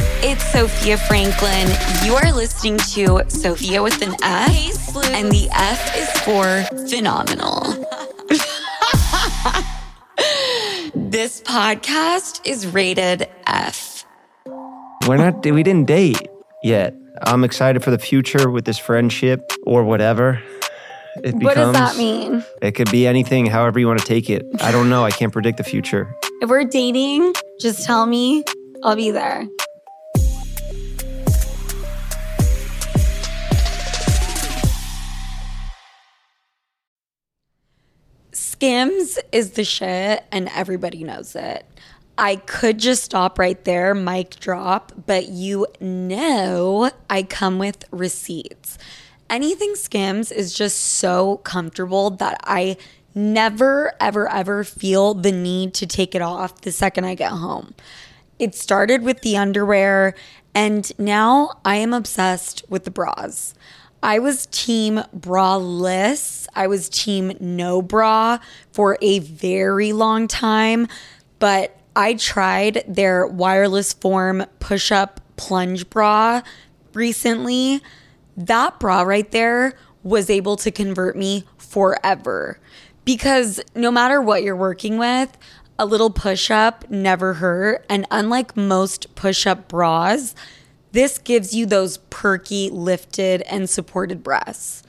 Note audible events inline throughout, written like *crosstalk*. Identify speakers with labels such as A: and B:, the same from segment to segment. A: It's Sophia Franklin. You are listening to Sophia with an F, and the F is for phenomenal. *laughs* this podcast is rated F.
B: We're not. We didn't date yet. I'm excited for the future with this friendship or whatever. It becomes,
C: What does that mean?
B: It could be anything, however you want to take it. I don't know. I can't predict the future.
C: If we're dating, just tell me. I'll be there.
A: Skims is the shit, and everybody knows it. I could just stop right there, mic drop, but you know I come with receipts. Anything Skims is just so comfortable that I never, ever, ever feel the need to take it off the second I get home. It started with the underwear, and now I am obsessed with the bras. I was team braless, I was team no bra for a very long time, but I tried their wireless form push up plunge bra recently. That bra right there was able to convert me forever because no matter what you're working with, a little push up never hurt. And unlike most push up bras, this gives you those perky, lifted, and supported breasts.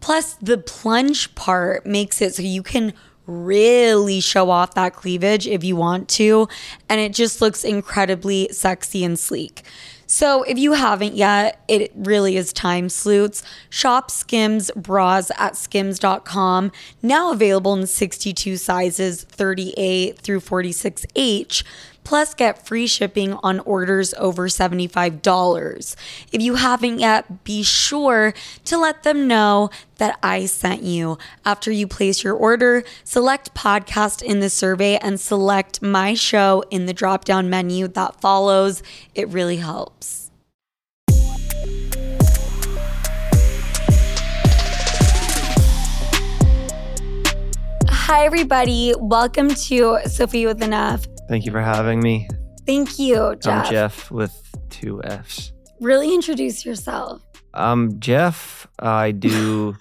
A: Plus, the plunge part makes it so you can really show off that cleavage if you want to. And it just looks incredibly sexy and sleek. So, if you haven't yet, it really is time, sleuths. Shop Skims bras at skims.com, now available in 62 sizes 38 through 46H. Plus, get free shipping on orders over $75. If you haven't yet, be sure to let them know that I sent you. After you place your order, select podcast in the survey and select my show in the drop down menu that follows. It really helps. Hi, everybody. Welcome to Sophie with an F.
B: Thank you for having me.
A: Thank you, Jeff.
B: I'm Jeff with two Fs.
A: Really introduce yourself.
B: I'm Jeff. I do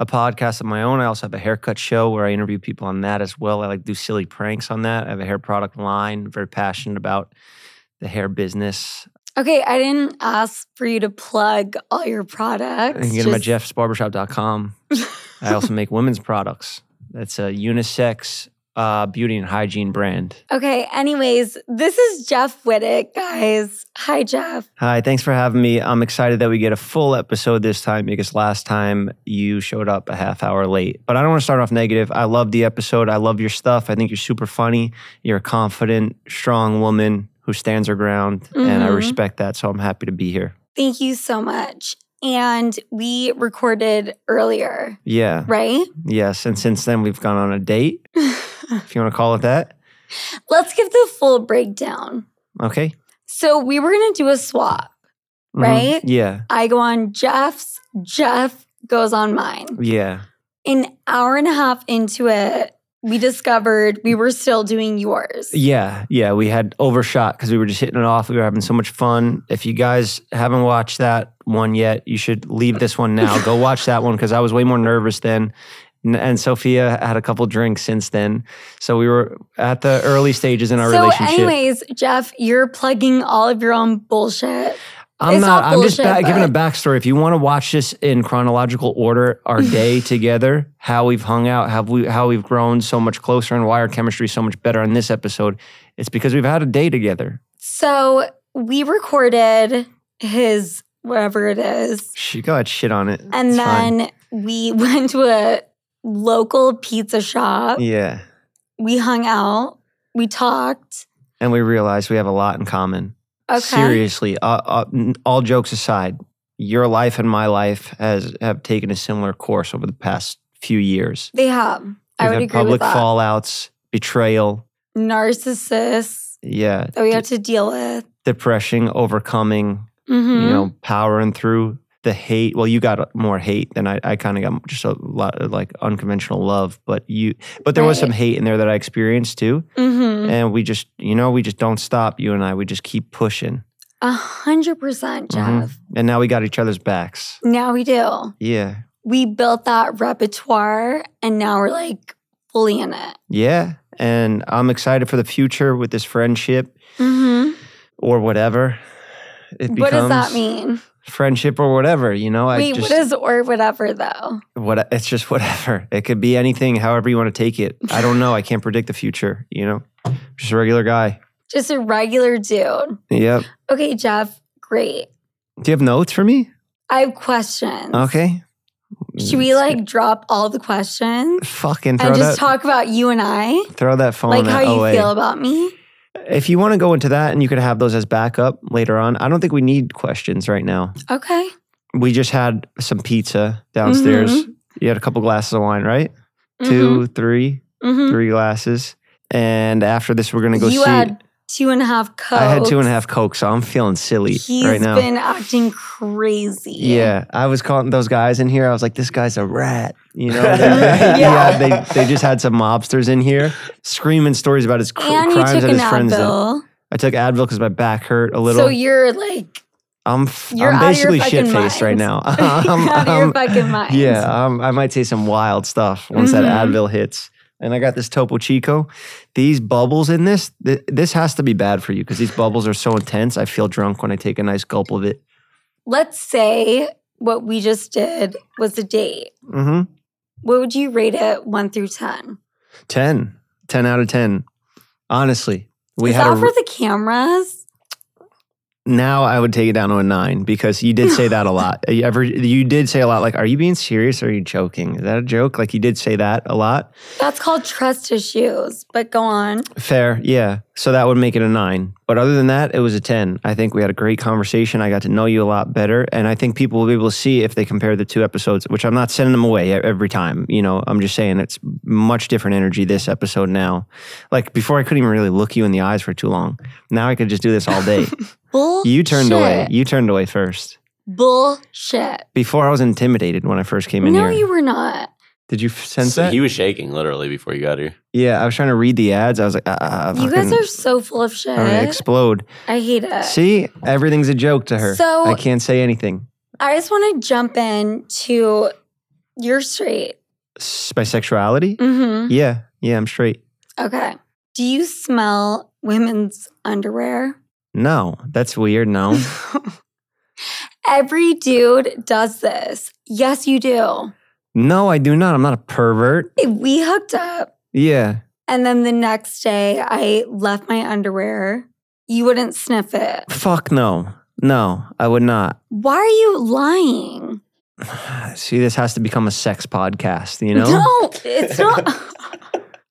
B: a podcast of my own. I also have a haircut show where I interview people on that as well. I like do silly pranks on that. I have a hair product line. Very passionate about the hair business.
A: Okay, I didn't ask for you to plug all your products.
B: And you can get them at
A: just- *laughs*
B: jeffsbarbershop.com. I also make women's products. That's a unisex uh, beauty and hygiene brand.
A: Okay, anyways, this is Jeff Wittick, guys. Hi, Jeff.
B: Hi, thanks for having me. I'm excited that we get a full episode this time because last time you showed up a half hour late. But I don't want to start off negative. I love the episode. I love your stuff. I think you're super funny. You're a confident, strong woman who stands her ground, and I
A: Mhm.
B: respect that. So I'm happy to be here.
A: Thank you so much. And we recorded earlier,
B: Yeah.
A: right? *laughs*
B: Yes. And since then, we've gone on a date, if you want to call it that.
A: Let's give the full breakdown.
B: Okay. Mm-hmm.
A: So, we were going to do a swap.
B: Mhm.
A: Right?
B: Yeah.
A: I go on Jeff's, Jeff goes on mine.
B: Yeah.
A: An hour and a half into it, we discovered we were still doing yours.
B: Yeah, yeah, we had overshot because we were just hitting it off. We were having so much fun. If you guys haven't watched that one yet, you should leave this one now. Go watch that one because I was way more nervous then. N- And Sophia had a couple drinks since then, so we were at the early stages in our
A: so,
B: relationship.
A: anyways, Jeff, you're plugging all of your own bullshit.
B: I'm
A: it's
B: not.
A: all
B: I'm just
A: bullshit,
B: ba- giving a
A: but-
B: backstory. If you want to watch this in chronological order,
A: *laughs*
B: our day together, how we've hung out, how we how we've grown so much closer, and why our chemistry is so much better on this episode, it's because we've had a day together.
A: So we recorded his whatever it is.
B: She got shit on it.
A: And
B: It's fine.
A: then we *laughs* went to a local pizza shop.
B: Yeah.
A: We hung out. We talked.
B: And we realized we have a lot in common.
A: Okay.
B: Seriously, uh, uh, n- all jokes aside, your life and my life has have taken a similar course over the past few years.
A: They have. I would
B: We've had
A: agree with
B: public
A: that.
B: fallouts, betrayal,
A: Narcissists
B: yeah,
A: that we have to deal with.
B: depression, overcoming,
A: Mm-hmm.
B: you know, powering through the hate. Well, you got more hate than I. I kind of got just a lot of like unconventional love, but you, but there was
A: Right.
B: some hate in there that I experienced too.
A: mm-hmm.
B: And we just, you know, we just don't stop. You and I, we just keep pushing.
A: A hundred percent, Jeff.
B: Mhm. And now we got each other's backs.
A: Now we do.
B: Yeah.
A: We built that repertoire and now we're like fully in it.
B: Yeah. And I'm excited for the future with this friendship
A: Mm-hmm.
B: or whatever. It
A: What does that
B: becomes.
A: mean?
B: Friendship or whatever, you know. I
A: Wait,
B: just
A: what is or whatever though?
B: what it's just whatever. *laughs* It could be anything, however you want to take it. I don't know. I can't predict the future, you know. Just a regular guy.
A: Just a regular dude.
B: Yep.
A: Okay, Jeff, great.
B: Do you have notes for me?
A: I have questions.
B: Okay.
A: Should we like drop all the
B: *laughs*
A: questions
B: fucking throw
A: and
B: that
A: just talk about you and I?
B: throw that phone
A: Like
B: at
A: how you
B: OA.
A: feel about me?
B: If you want to go into that and you could have those as backup later on. I don't think we need questions right now.
A: Okay.
B: We just had some pizza downstairs.
A: Mm-hmm.
B: You had a couple glasses of wine, right? Two, three,
A: Mm-hmm.
B: three glasses. And after this we're going to go
A: You
B: see
A: had two and a half cokes.
B: I had two and a half coke, so I'm feeling silly
A: He's
B: right now.
A: been acting crazy.
B: Yeah, I was calling those guys in here. I was like, "This guy's a rat," you
A: *laughs*
B: know.
A: Yeah.
B: yeah, they they just had some mobsters in here screaming stories about his cr-
A: And you
B: crimes
A: took
B: that
A: an
B: his friends did.
A: Advil.
B: I took Advil because my back hurt a little.
A: So you're
B: *laughs*
A: like, *laughs*
B: I'm f-
A: you're
B: I'm
A: out of your
B: basically
A: fucking
B: shit faced
A: mind.
B: right
A: *laughs*
B: now. *laughs*
A: out of your
B: I'm- I'm-
A: fucking mind.
B: Um, yeah, um, I might say some wild stuff once that
A: Mhm.
B: Advil hits. And I got this Topo Chico. These bubbles in this, th- this has to be bad for you because these bubbles are so intense. I feel drunk when I take a nice gulp of it.
A: Let's say what we just did was a date.
B: hmm
A: What would you rate it one through 10?
B: 10 10 out of 10 honestly we
A: Is
B: had
A: that
B: a
A: for the cameras?
B: now i would take it down to a 9 because you did say that
A: *laughs*
B: a lot you ever you did say a lot like are you being serious or are you joking is that a joke like you did say that a lot
A: That's called trust issues, but go on.
B: fair yeah so that would make it a 9 but other than that it was a 10 i think we had a great conversation i got to know you a lot better and i think people will be able to see if they compare the two episodes which i'm not sending them away e- every time you know i'm just saying it's much different energy this episode now like before i couldn't even really look you in the eyes for too long now i could just do this all
A: *laughs*
B: day
A: Bullshit.
B: You turned away. You turned away first.
A: Bullshit.
B: Before I was intimidated when I first came in
A: No,
B: here.
A: you were not.
B: Did you f- sense
D: So
B: that?
D: he was shaking literally before you got here.
B: yeah, I was trying to read the ads. I was like, ah, ah, ah,
A: You guys
B: fucking-
A: are so full of shit.
B: I'm gonna explode.
A: I hate it.
B: See, everything's a joke to her.
A: So-
B: I can't say anything.
A: I just want to jump in to you're straight.
B: S- my sexuality?
A: Mm-hmm.
B: Yeah, yeah, I'm straight.
A: Okay. Do you smell women's underwear?
B: No, that's weird. No,
A: *laughs* Every dude does this. Yes, you do.
B: no, I do not. I'm not a pervert.
A: We hooked up,
B: Yeah,
A: and then the next day I left my underwear. You wouldn't sniff it.
B: fuck no, no, I would not. *sighs*
A: Why are you lying?
B: See, this has to become a sex podcast. You know,
A: *laughs* No,
B: *laughs*
A: it's not.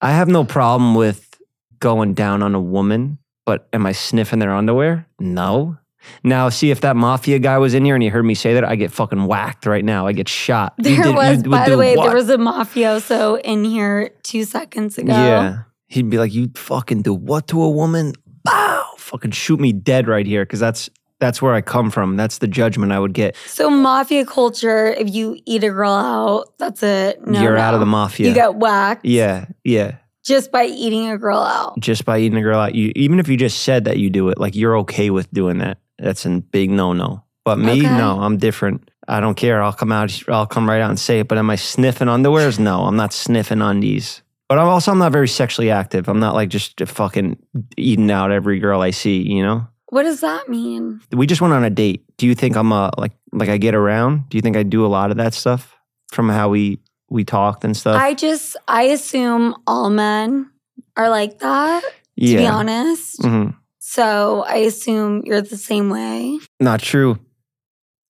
B: I have no problem with going down on a woman, but am I sniffing their underwear? No. Now, see if that mafia guy was in here and he heard me say that, I get fucking whacked right now. I get shot. You
A: there
B: did- you
A: was,
B: would
A: by
B: do
A: the way,
B: what?
A: there was a mafioso in here two seconds ago.
B: Yeah, he'd be like, "You fucking do what to a woman? Bow, fucking shoot me dead right here," because that's that's where I come from. That's the judgment I would get.
A: So mafia culture, if you eat a girl out, that's it. No,
B: You're out of
A: no.
B: the mafia.
A: You get whacked.
B: yeah, yeah.
A: Just by eating a girl out.
B: Just by eating a girl out, you even if you just said that you do it, like you're okay with doing that. That's a big no no. But me,
A: Okay.
B: no, I'm different. I don't care. I'll come out. I'll come right out and say it. But am I sniffing underwears? No, I'm not sniffing undies. But I'm also I'm not very sexually active. I'm not like just fucking eating out every girl I see. You know.
A: What does that mean?
B: We just went on a date. Do you think I'm a like like I get around? Do you think I do a lot of that stuff from how we we talked and stuff?
A: I just, I assume all men are like that, to
B: yeah.
A: be honest.
B: Mhm.
A: So I assume you're the same way.
B: Not true.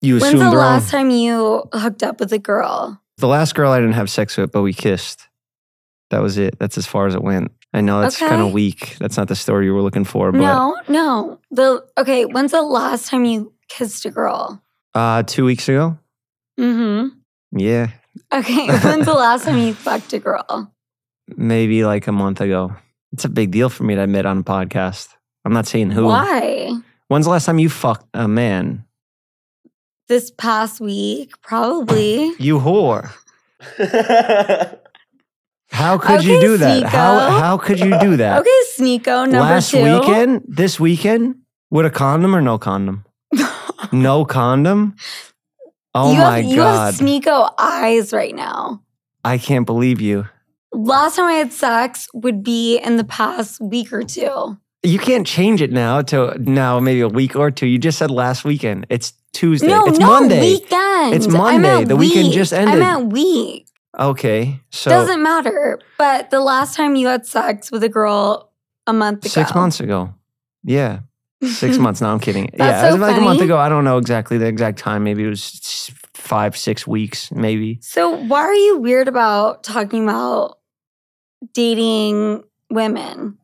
B: You
A: When's
B: assumed
A: the
B: wrong.
A: last time you hooked up with a girl?
B: The last girl I didn't have sex with, but we kissed. That was it. That's as far as it went. I know that's
A: Okay.
B: kind of weak. That's not the story you were looking for, but
A: No, no. The okay, when's the last time you kissed a girl?
B: uh, two weeks ago,
A: Mm-hmm.
B: yeah,
A: Okay,
B: *laughs*
A: when's the last time you fucked a girl?
B: maybe like a month ago. It's a big deal for me to admit on a podcast. I'm not saying who.
A: Why?
B: When's the last time you fucked a man?
A: This past week, probably.
B: You whore. How could you
A: Okay,
B: do that? How
A: Sneeko.
B: how could you do that?
A: Okay, Sneeko, number *laughs*
B: last
A: two.
B: weekend, this weekend, With a condom or no condom? no condom? Oh
A: you
B: my
A: have, You
B: God.
A: have sneako eyes right now.
B: I can't believe you.
A: Last time I had sex would be in the past week or two.
B: You can't change it now to now maybe a week or two. You just said last weekend. It's Tuesday.
A: No,
B: it's
A: no,
B: Monday.
A: weekend.
B: It's
A: I
B: Monday.
A: meant
B: The weekend just
A: I
B: ended.
A: meant week.
B: Okay. So
A: Doesn't matter. But the last time you had sex with a girl a month ago.
B: six months ago. Yeah.
A: *laughs*
B: Six months. No, I'm kidding. yeah.
A: That's
B: it
A: so
B: was like a month
A: funny.
B: ago. I don't know exactly the exact time. Maybe it was s- five, six weeks, maybe.
A: So why are you weird about talking about dating women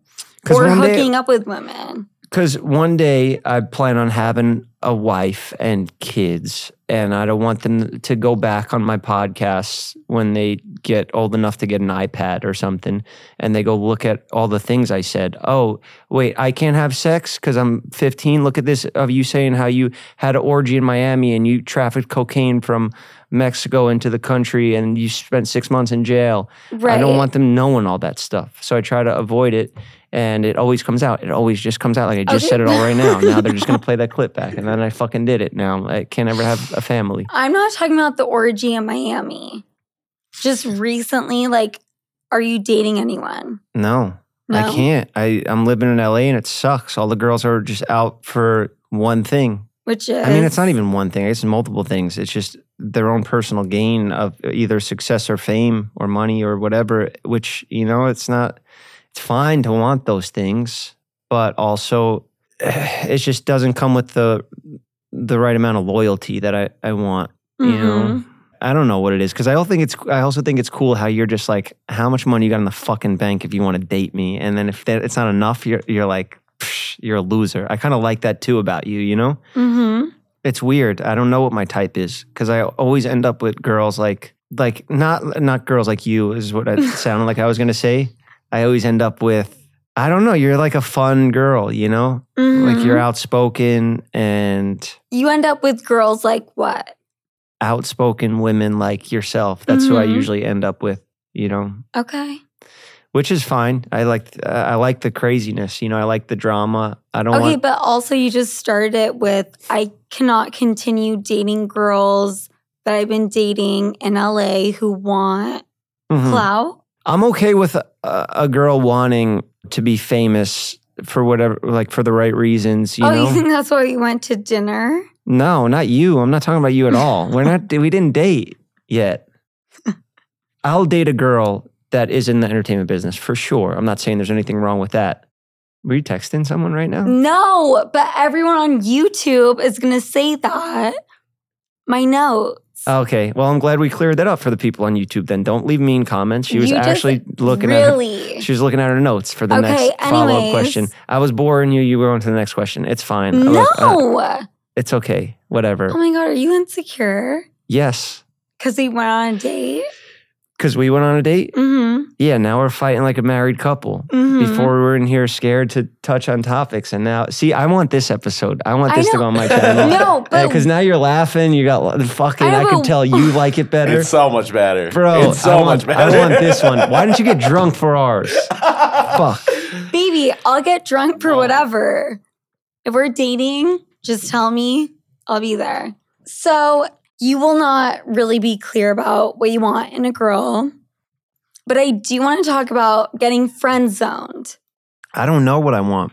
A: or
B: one day-
A: hooking up with women?
B: Because one day I plan on having a wife and kids, and I don't want them to go back on my podcasts when they get old enough to get an iPad or something, and they go look at all the things I said. Oh, wait, I can't have sex because I'm 15. Look at this of you saying how you had an orgy in Miami and you trafficked cocaine from Mexico into the country, and you spent six months in jail.
A: Right.
B: I don't want them knowing all that stuff. So I try to avoid it and it always comes out. It always just comes out. Like I just
A: Okay.
B: said it all right now. Now
A: *laughs*
B: they're just gonna play that clip back and then I fucking did it. Now I can't ever have a family.
A: I'm not talking about the orgy in Miami. Just recently, like, are you dating anyone?
B: No.
A: No.
B: I can't. I, I'm living in LA and it sucks. All the girls are just out for one thing.
A: Which is
B: I mean, it's not even one thing. It's multiple things. It's just their own personal gain of either success or fame or money or whatever, which, you know, it's not, it's fine to want those things, but also *sighs* it just doesn't come with the, the right amount of loyalty that I, I want, you know?
A: Mhm.
B: I don't know what it is because I also think it's I also think it's cool how you're just like how much money you got in the fucking bank if you want to date me and then if that, it's not enough you're you're like psh, you're a loser I kind of like that too about you you know
A: Mhm.
B: it's weird. I don't know what my type is because I always end up with girls like like not not girls like you is what I sounded like I was gonna say. I always end up with I don't know. You're like a fun girl, you know, like
A: Mhm.
B: you're outspoken and
A: You end up with girls like what?
B: outspoken women like yourself. That's who I
A: Mhm.
B: usually end up with, you know,
A: Okay.
B: which is fine. I like I like the craziness, you know. I like the drama. I don't
A: Okay,
B: want
A: but also you just started it with I cannot continue dating girls that I've been dating in LA who want
B: Mhm.
A: clout.
B: I'm okay with a, a girl wanting to be famous for whatever, like for the right reasons. You
A: oh,
B: know,
A: you *laughs* think that's why we went to dinner?
B: no, not you. I'm not talking about you at all. We're not. *laughs* We didn't date
A: *laughs*
B: yet. I'll date a girl that is in the entertainment business for sure. I'm not saying there's anything wrong with that. Were you texting someone right
A: Mm.
B: now?
A: No, but everyone on YouTube is gonna say that. My notes.
B: Okay. Well, I'm glad we cleared that up for the people on YouTube. Then don't leave mean comments. She was
A: You just
B: actually looking at. Her,
A: really?
B: she was looking at her notes for the
A: Okay,
B: next follow up
A: anyways.
B: question. I was boring you. You were on to the next question. It's fine. I
A: no.
B: like- I- it's okay. Whatever.
A: oh my god, are you insecure?
B: Yes.
A: Because we went on a date.
B: Because we went on a date.
A: Mm-hmm.
B: Yeah. Now we're fighting like a married couple.
A: mm-hmm.
B: Before we were in here scared to touch on topics. And now, see, I want this episode. I want
A: I
B: this to
A: know.
B: go
A: *laughs*
B: on my channel.
A: *laughs* No, but-
B: Because now you're laughing. You got la- fucking,
A: I
B: I,
A: know,
B: can
A: but-
B: tell you like it better.
D: It's so much better.
B: Bro,
D: it's so
B: I want,
D: much better.
B: I want this one. Why didn't you
D: *laughs*
B: get drunk for *laughs* ours? Fuck.
A: Baby, I'll get drunk
B: Oh.
A: for whatever. If we're dating, just tell me, I'll be there. So, you will not really be clear about what you want in a girl. But I do want to talk about getting friend zoned.
B: I don't know what I want.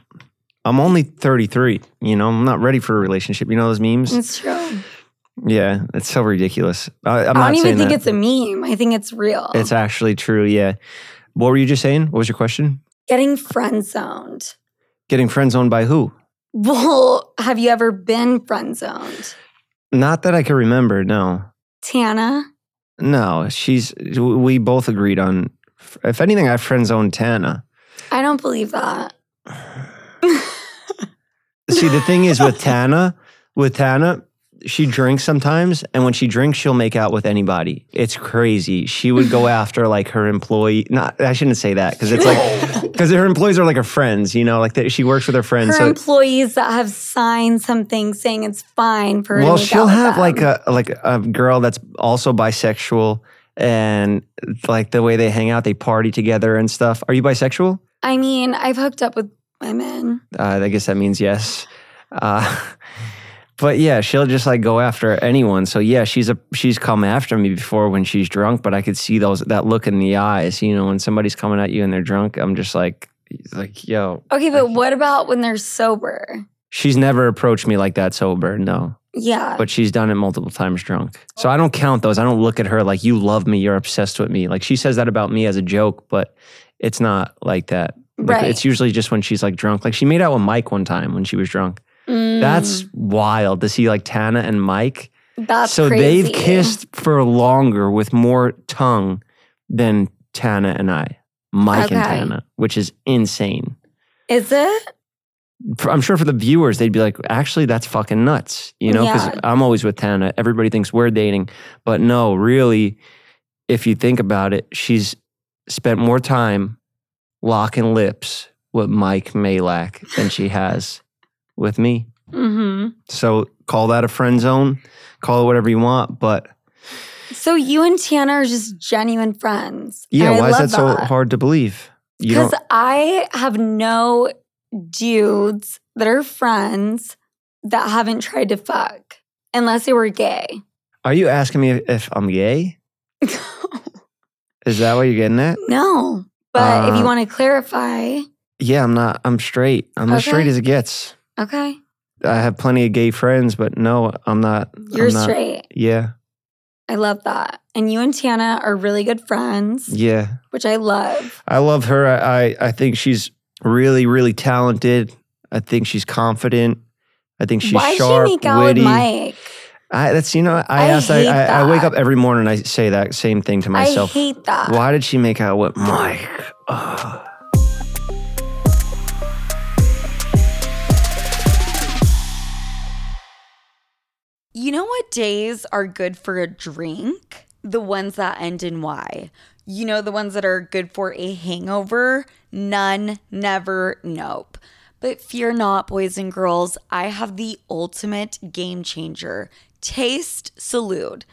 B: I'm only 33. You know, I'm not ready for a relationship. You know those memes?
A: It's true. I'm
B: Yeah, it's so ridiculous. I, I'm
A: I
B: not
A: do not
B: saying
A: even think
B: that.
A: it's a meme. I think it's real.
B: It's actually true. Yeah. What were you just saying? What was your question?
A: getting friend zoned. *laughs*
B: Getting friend zoned by who?
A: Well, have you ever been friend zoned?
B: Not that I can remember. No,
A: Tana?
B: no. She's. We both agreed on. If anything, I friend zoned Tana.
A: I don't believe that.
B: See, the thing is *laughs* with Tana, with Tana, she drinks sometimes, and when she drinks, she'll make out with anybody. It's crazy. She would *laughs* go after like her employee. Not, I shouldn't say that because it's *laughs* like because her employees are like her friends. You know, like that she works with her friends.
A: her
B: so
A: employees that have signed something saying it's fine for her
B: well
A: to make
B: she'll
A: out with
B: have like
A: them.
B: a like a girl that's also bisexual and like the way they hang out they party together and stuff are you bisexual
A: I mean, I've hooked up with women.
B: uh, i guess that means yes Uh, *laughs* but yeah, she'll just like go after anyone. So yeah, she's a she's come after me before when she's drunk, but I could see those that look in the eyes. You know, when somebody's coming at you and they're drunk, I'm just like like yo.
D: Okay, but what about when they're sober?
B: She's never approached me like that sober, no.
D: Yeah.
B: But she's done it multiple times drunk. So I don't count those. I don't look at her like you love me, you're obsessed with me. Like she says that about me as a joke, but it's not like that. Like,
D: Right.
B: It's usually just when she's like drunk. Like she made out with Mike one time when she was drunk.
D: Mm,
B: That's wild to see like Tana and Mike.
D: that's
B: so
D: crazy.
B: they've kissed for longer with more tongue than Tana and I, Mike and
D: Okay.
B: Tana, which is insane.
D: Is it?
B: For- I'm sure for the viewers, they'd be like, actually, that's fucking nuts, you know? Because
D: Yeah.
B: I'm always with Tana. Everybody thinks we're dating. But no, really, if you think about it, she's spent more time locking lips with Mike Malak than she has with me.
D: hmm
A: Mm-hmm.
B: So call that a friend zone, call it whatever you want. But
D: So you and Tana are just genuine friends.
B: yeah,
D: And I
B: why is
D: love
B: that, so hard to believe? You
D: Because
B: don't,
D: I have no dudes that are friends that haven't tried to fuck unless they were gay. *laughs*
B: are you asking me if, if I'm gay? Is that what you're getting at?
D: no. But if
B: Uh,
D: you want to clarify,
B: Yeah, I'm not. I'm straight. I'm as
D: Okay.
B: straight as it gets.
D: okay,
B: I have plenty of gay friends, but no, I'm not.
D: you're
B: I'm not-
D: straight.
B: Yeah,
D: I love that. And you and Tana are really good friends,
B: yeah.
D: which I love.
B: I love her. I, I I think she's really really talented. I think she's confident. I think she's
D: Why
B: sharp,
D: she make out
B: witty.
D: with Mike?
B: I, that's you know. I,
D: I
B: ask.
D: hate
B: I, I, I wake up
D: that.
B: every morning. and I say that same thing to
D: I
B: myself.
D: hate that.
B: Why did she make out with Mike? Uh, Ugh.
A: You know what days are good for a drink? The ones that end in Y. You know, the ones that are good for a hangover? None, never, nope. But fear not, boys and girls, I have the ultimate game changer Taste Salute.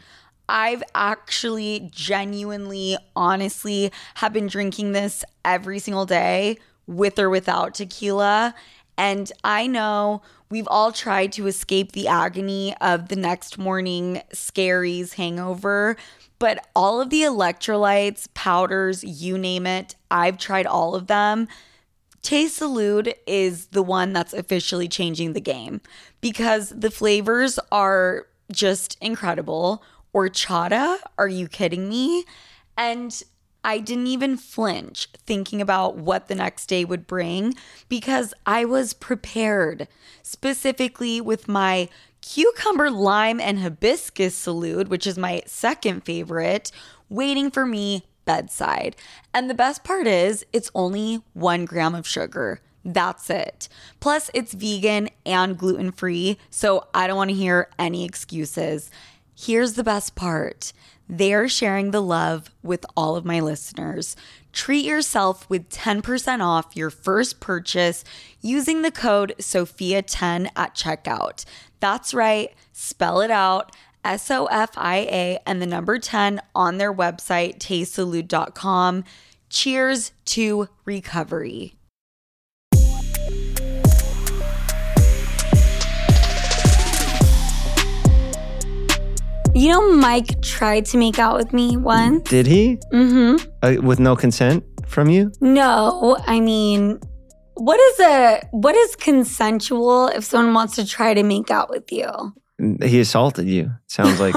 A: I've actually genuinely, honestly, have been drinking this every single day with or without tequila. And I know we've all tried to escape the agony of the next morning scaries hangover, but all of the electrolytes, powders, you name it, I've tried all of them. Taste Salute is the one that's officially changing the game because the flavors are just incredible. Horchata, are you kidding me? And I didn't even flinch thinking about what the next day would bring because I was prepared, specifically with my cucumber, lime, and hibiscus salute, which is my second favorite, waiting for me bedside. And the best part is, it's only one gram of sugar. That's it. Plus, it's vegan and gluten free, so I don't want to hear any excuses. Here's the best part they're sharing the love with all of my listeners. Treat yourself with 10% off your first purchase using the code SOFIA10 at checkout. That's right, spell it out S O F I A and the number 10 on their website, tastesalute.com. Cheers to recovery.
D: You know, Mike tried to make out with me once.
B: Did he?
D: Mm-hmm.
B: Uh, with no consent from you?
D: No, I mean, what is a what is consensual if someone wants to try to make out with
A: *laughs*
D: you?
B: He assaulted you. Sounds
D: *laughs*
B: like.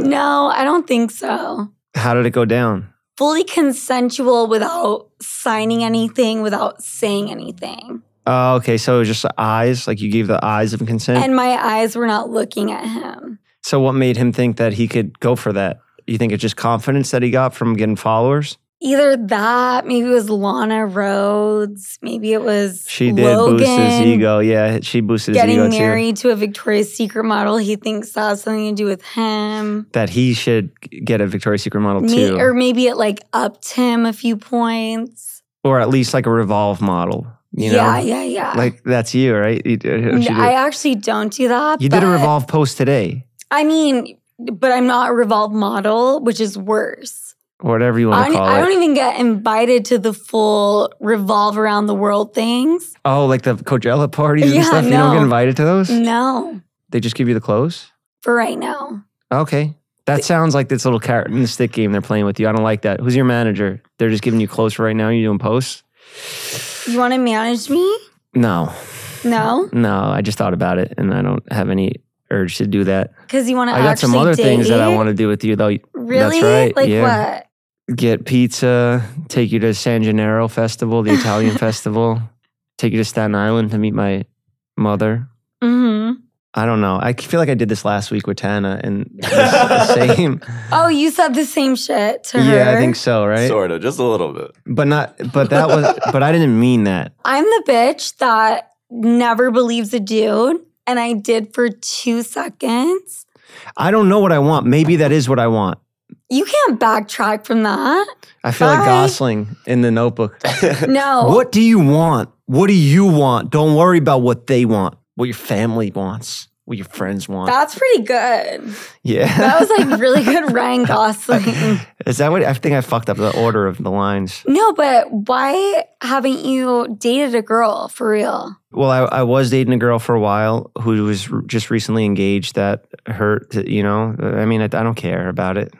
D: No, I don't think so.
B: How did it go down?
D: Fully consensual without signing anything, without saying anything.
B: Oh, okay. So it was just the eyes, like you gave the eyes of consent.
D: And my eyes were not looking at him.
B: so what made him think that he could go for that? You think it's just confidence that he got from getting followers?
D: Either that, maybe it was Lana Rhodes, maybe it was
B: She did
D: Logan
B: boost his ego. Yeah, she boosted his ego
D: Getting
B: too.
D: married to a Victoria's Secret model, he thinks that has something to do with him.
B: That he should get a Victoria's Secret model
D: Me,
B: too,
D: or maybe it like upped him a few points.
B: or at least like a Revolve model. You
D: yeah,
B: know,
D: yeah, yeah.
B: like *laughs* that's you, right? You, uh,
D: N-
B: you did,
D: I actually don't do that.
B: you did a
D: but-
B: Revolve post today.
D: I e mean, but I'm not a revolve model, which is worse.
B: whatever you want
A: I
B: to
A: don't,
B: call
A: I
B: it.
A: don't even get invited to the full revolve around the world
B: *laughs*
A: things.
B: oh, like the Coachella parties
A: Yeah,
B: and stuff. You don't get
A: no.
B: invited to those.
A: No,
B: They just give you the clothes.
A: for right now.
B: Okay, that sounds like this little carrot and stick game they're playing with you. I don't like that. Who's your manager? They're just giving you clothes for right now. You doing posts?
A: You want to manage me?
B: No,
A: No,
B: no. I just thought about it, and I don't have any urge to do that.
A: because you want to.
B: I got some other things that I want to do with you though.
A: Really?
B: right,
A: Like
B: yeah.
A: what?
B: get pizza, take you to San Gennaro Festival, the
A: *laughs*
B: Italian festival, take you to Staten Island to meet my mother.
A: hmm
B: I don't know. I feel like I did this last week with Tana and it was the
A: *laughs*
B: same.
A: Oh, you said the same shit to her.
B: Yeah, I think so, right?
D: Sort of, just a little bit.
B: But not but that
A: *laughs*
B: was but I didn't mean that.
A: I'm the bitch that never believes a dude, and I did for two seconds.
B: I don't know what I want. Maybe that is what I want.
A: You can't backtrack from that.
B: I feel like
A: Bye. Oh.
B: Gosling in the notebook.
A: No.
B: What do you want? What do you want? Don't worry about what they want. What your family wants. What your friends want.
A: That's pretty good.
B: yeah.
A: That was
B: *laughs*
A: like really good Ryan Gosling.
B: Is that what I think I fucked up the order of the lines?
A: No, but why haven't you dated a girl for real?
B: Well, I, I was dating a girl for a while who was r- just recently engaged. That hurt, you know. I mean, I, I don't care about it.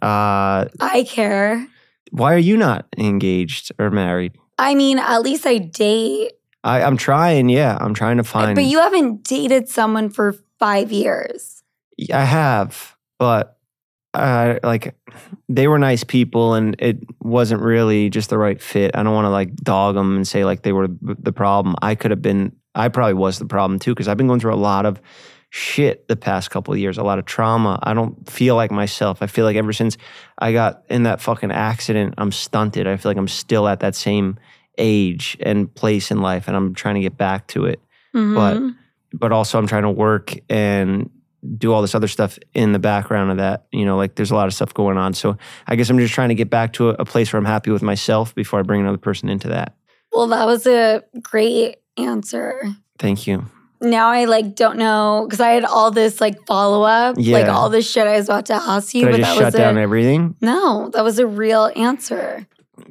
B: Uh,
A: I care.
B: why are you not engaged or married?
A: I mean, at least I date.
B: I, I'm trying. Yeah, I'm trying to find.
A: But you haven't dated someone for five years.
B: I have, but uh, like they were nice people, and it wasn't really just the right fit. I don't want to like dog them and say like they were th- the problem. I could have been, I probably was the problem too, because I've been going through a lot of shit the past couple of years, a lot of trauma. I don't feel like myself. I feel like ever since I got in that fucking accident, I'm stunted. I feel like I'm still at that same age and place in life, and I'm trying to get back to it
A: Mhm.
B: but also I'm trying to work and do all this other stuff in the background of that. You know, like there's a lot of stuff going on. So I guess I'm just trying to get back to a, a place where I'm happy with myself before I bring another person into that.
A: well, that was a great answer.
B: Thank you.
A: Now I like don't know because I had all this like follow up, like
B: Yeah.
A: all this shit I was about to ask you,
B: Did I
A: but
B: just
A: that
B: shut
A: was
B: down
A: a
B: everything?
A: no. That was a real answer.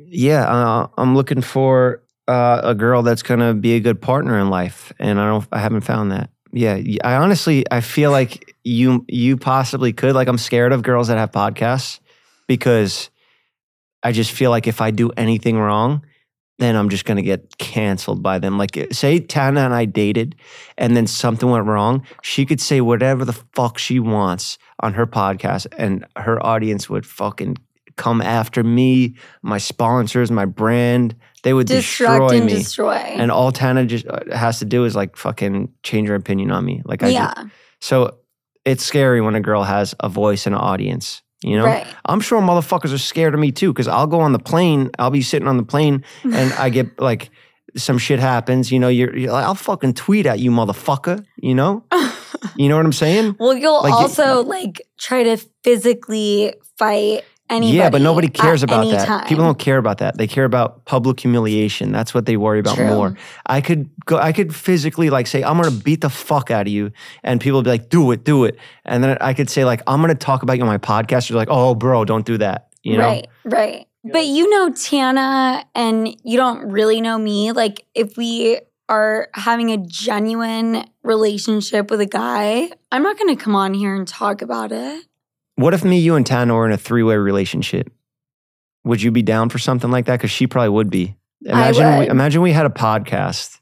B: Yeah, uh, I'm looking for uh, a girl that's gonna be a good partner in life, and I don't, I haven't found that. Yeah, y- I honestly, I feel like you, you possibly could. Like, I'm scared of girls that have podcasts because I just feel like if I do anything wrong, then I'm just gonna get canceled by them. Like, uh, say Tana and I dated, and then something went wrong, she could say whatever the fuck she wants on her podcast, and her audience would fucking come after me my sponsors, my brand. They would
A: Destruct
B: destroy
A: and
B: me.
A: destroy.
B: and all Tana just uh, has to do is like fucking change her opinion on me. Like I
A: yeah,
B: just- so it's scary when a girl has a voice and an audience. You know,
A: right.
B: I'm sure motherfuckers are scared of me too because I'll go on the plane. I'll be sitting on the plane
A: *laughs*
B: and I get like some shit happens. You know, you're, you're like, I'll fucking tweet at you, motherfucker. You know, you know what I'm saying?
A: Well, you'll
B: Like, y-
A: also like try to physically fight anybody.
B: yeah, but nobody cares
A: at
B: about
A: any
B: that.
A: time.
B: People don't care about that. They care about public humiliation. That's what they worry about
A: True.
B: more. I could go, I could physically like say, I'm gonna beat the fuck out of you. And people would be like, do it, do it. And then I could say, like, I'm gonna talk about you on my podcast. You're like, oh, bro, don't do that. You know?
A: Right, right. But you know Tana, and you don't really know me. Like if we are having a genuine relationship with a guy, I'm not going to come on here and talk about it.
B: What if me, you, and Tana were in a three way relationship? Would you be down for something like that? Because she probably would be. Imagine, We,
A: would.
B: imagine we had a podcast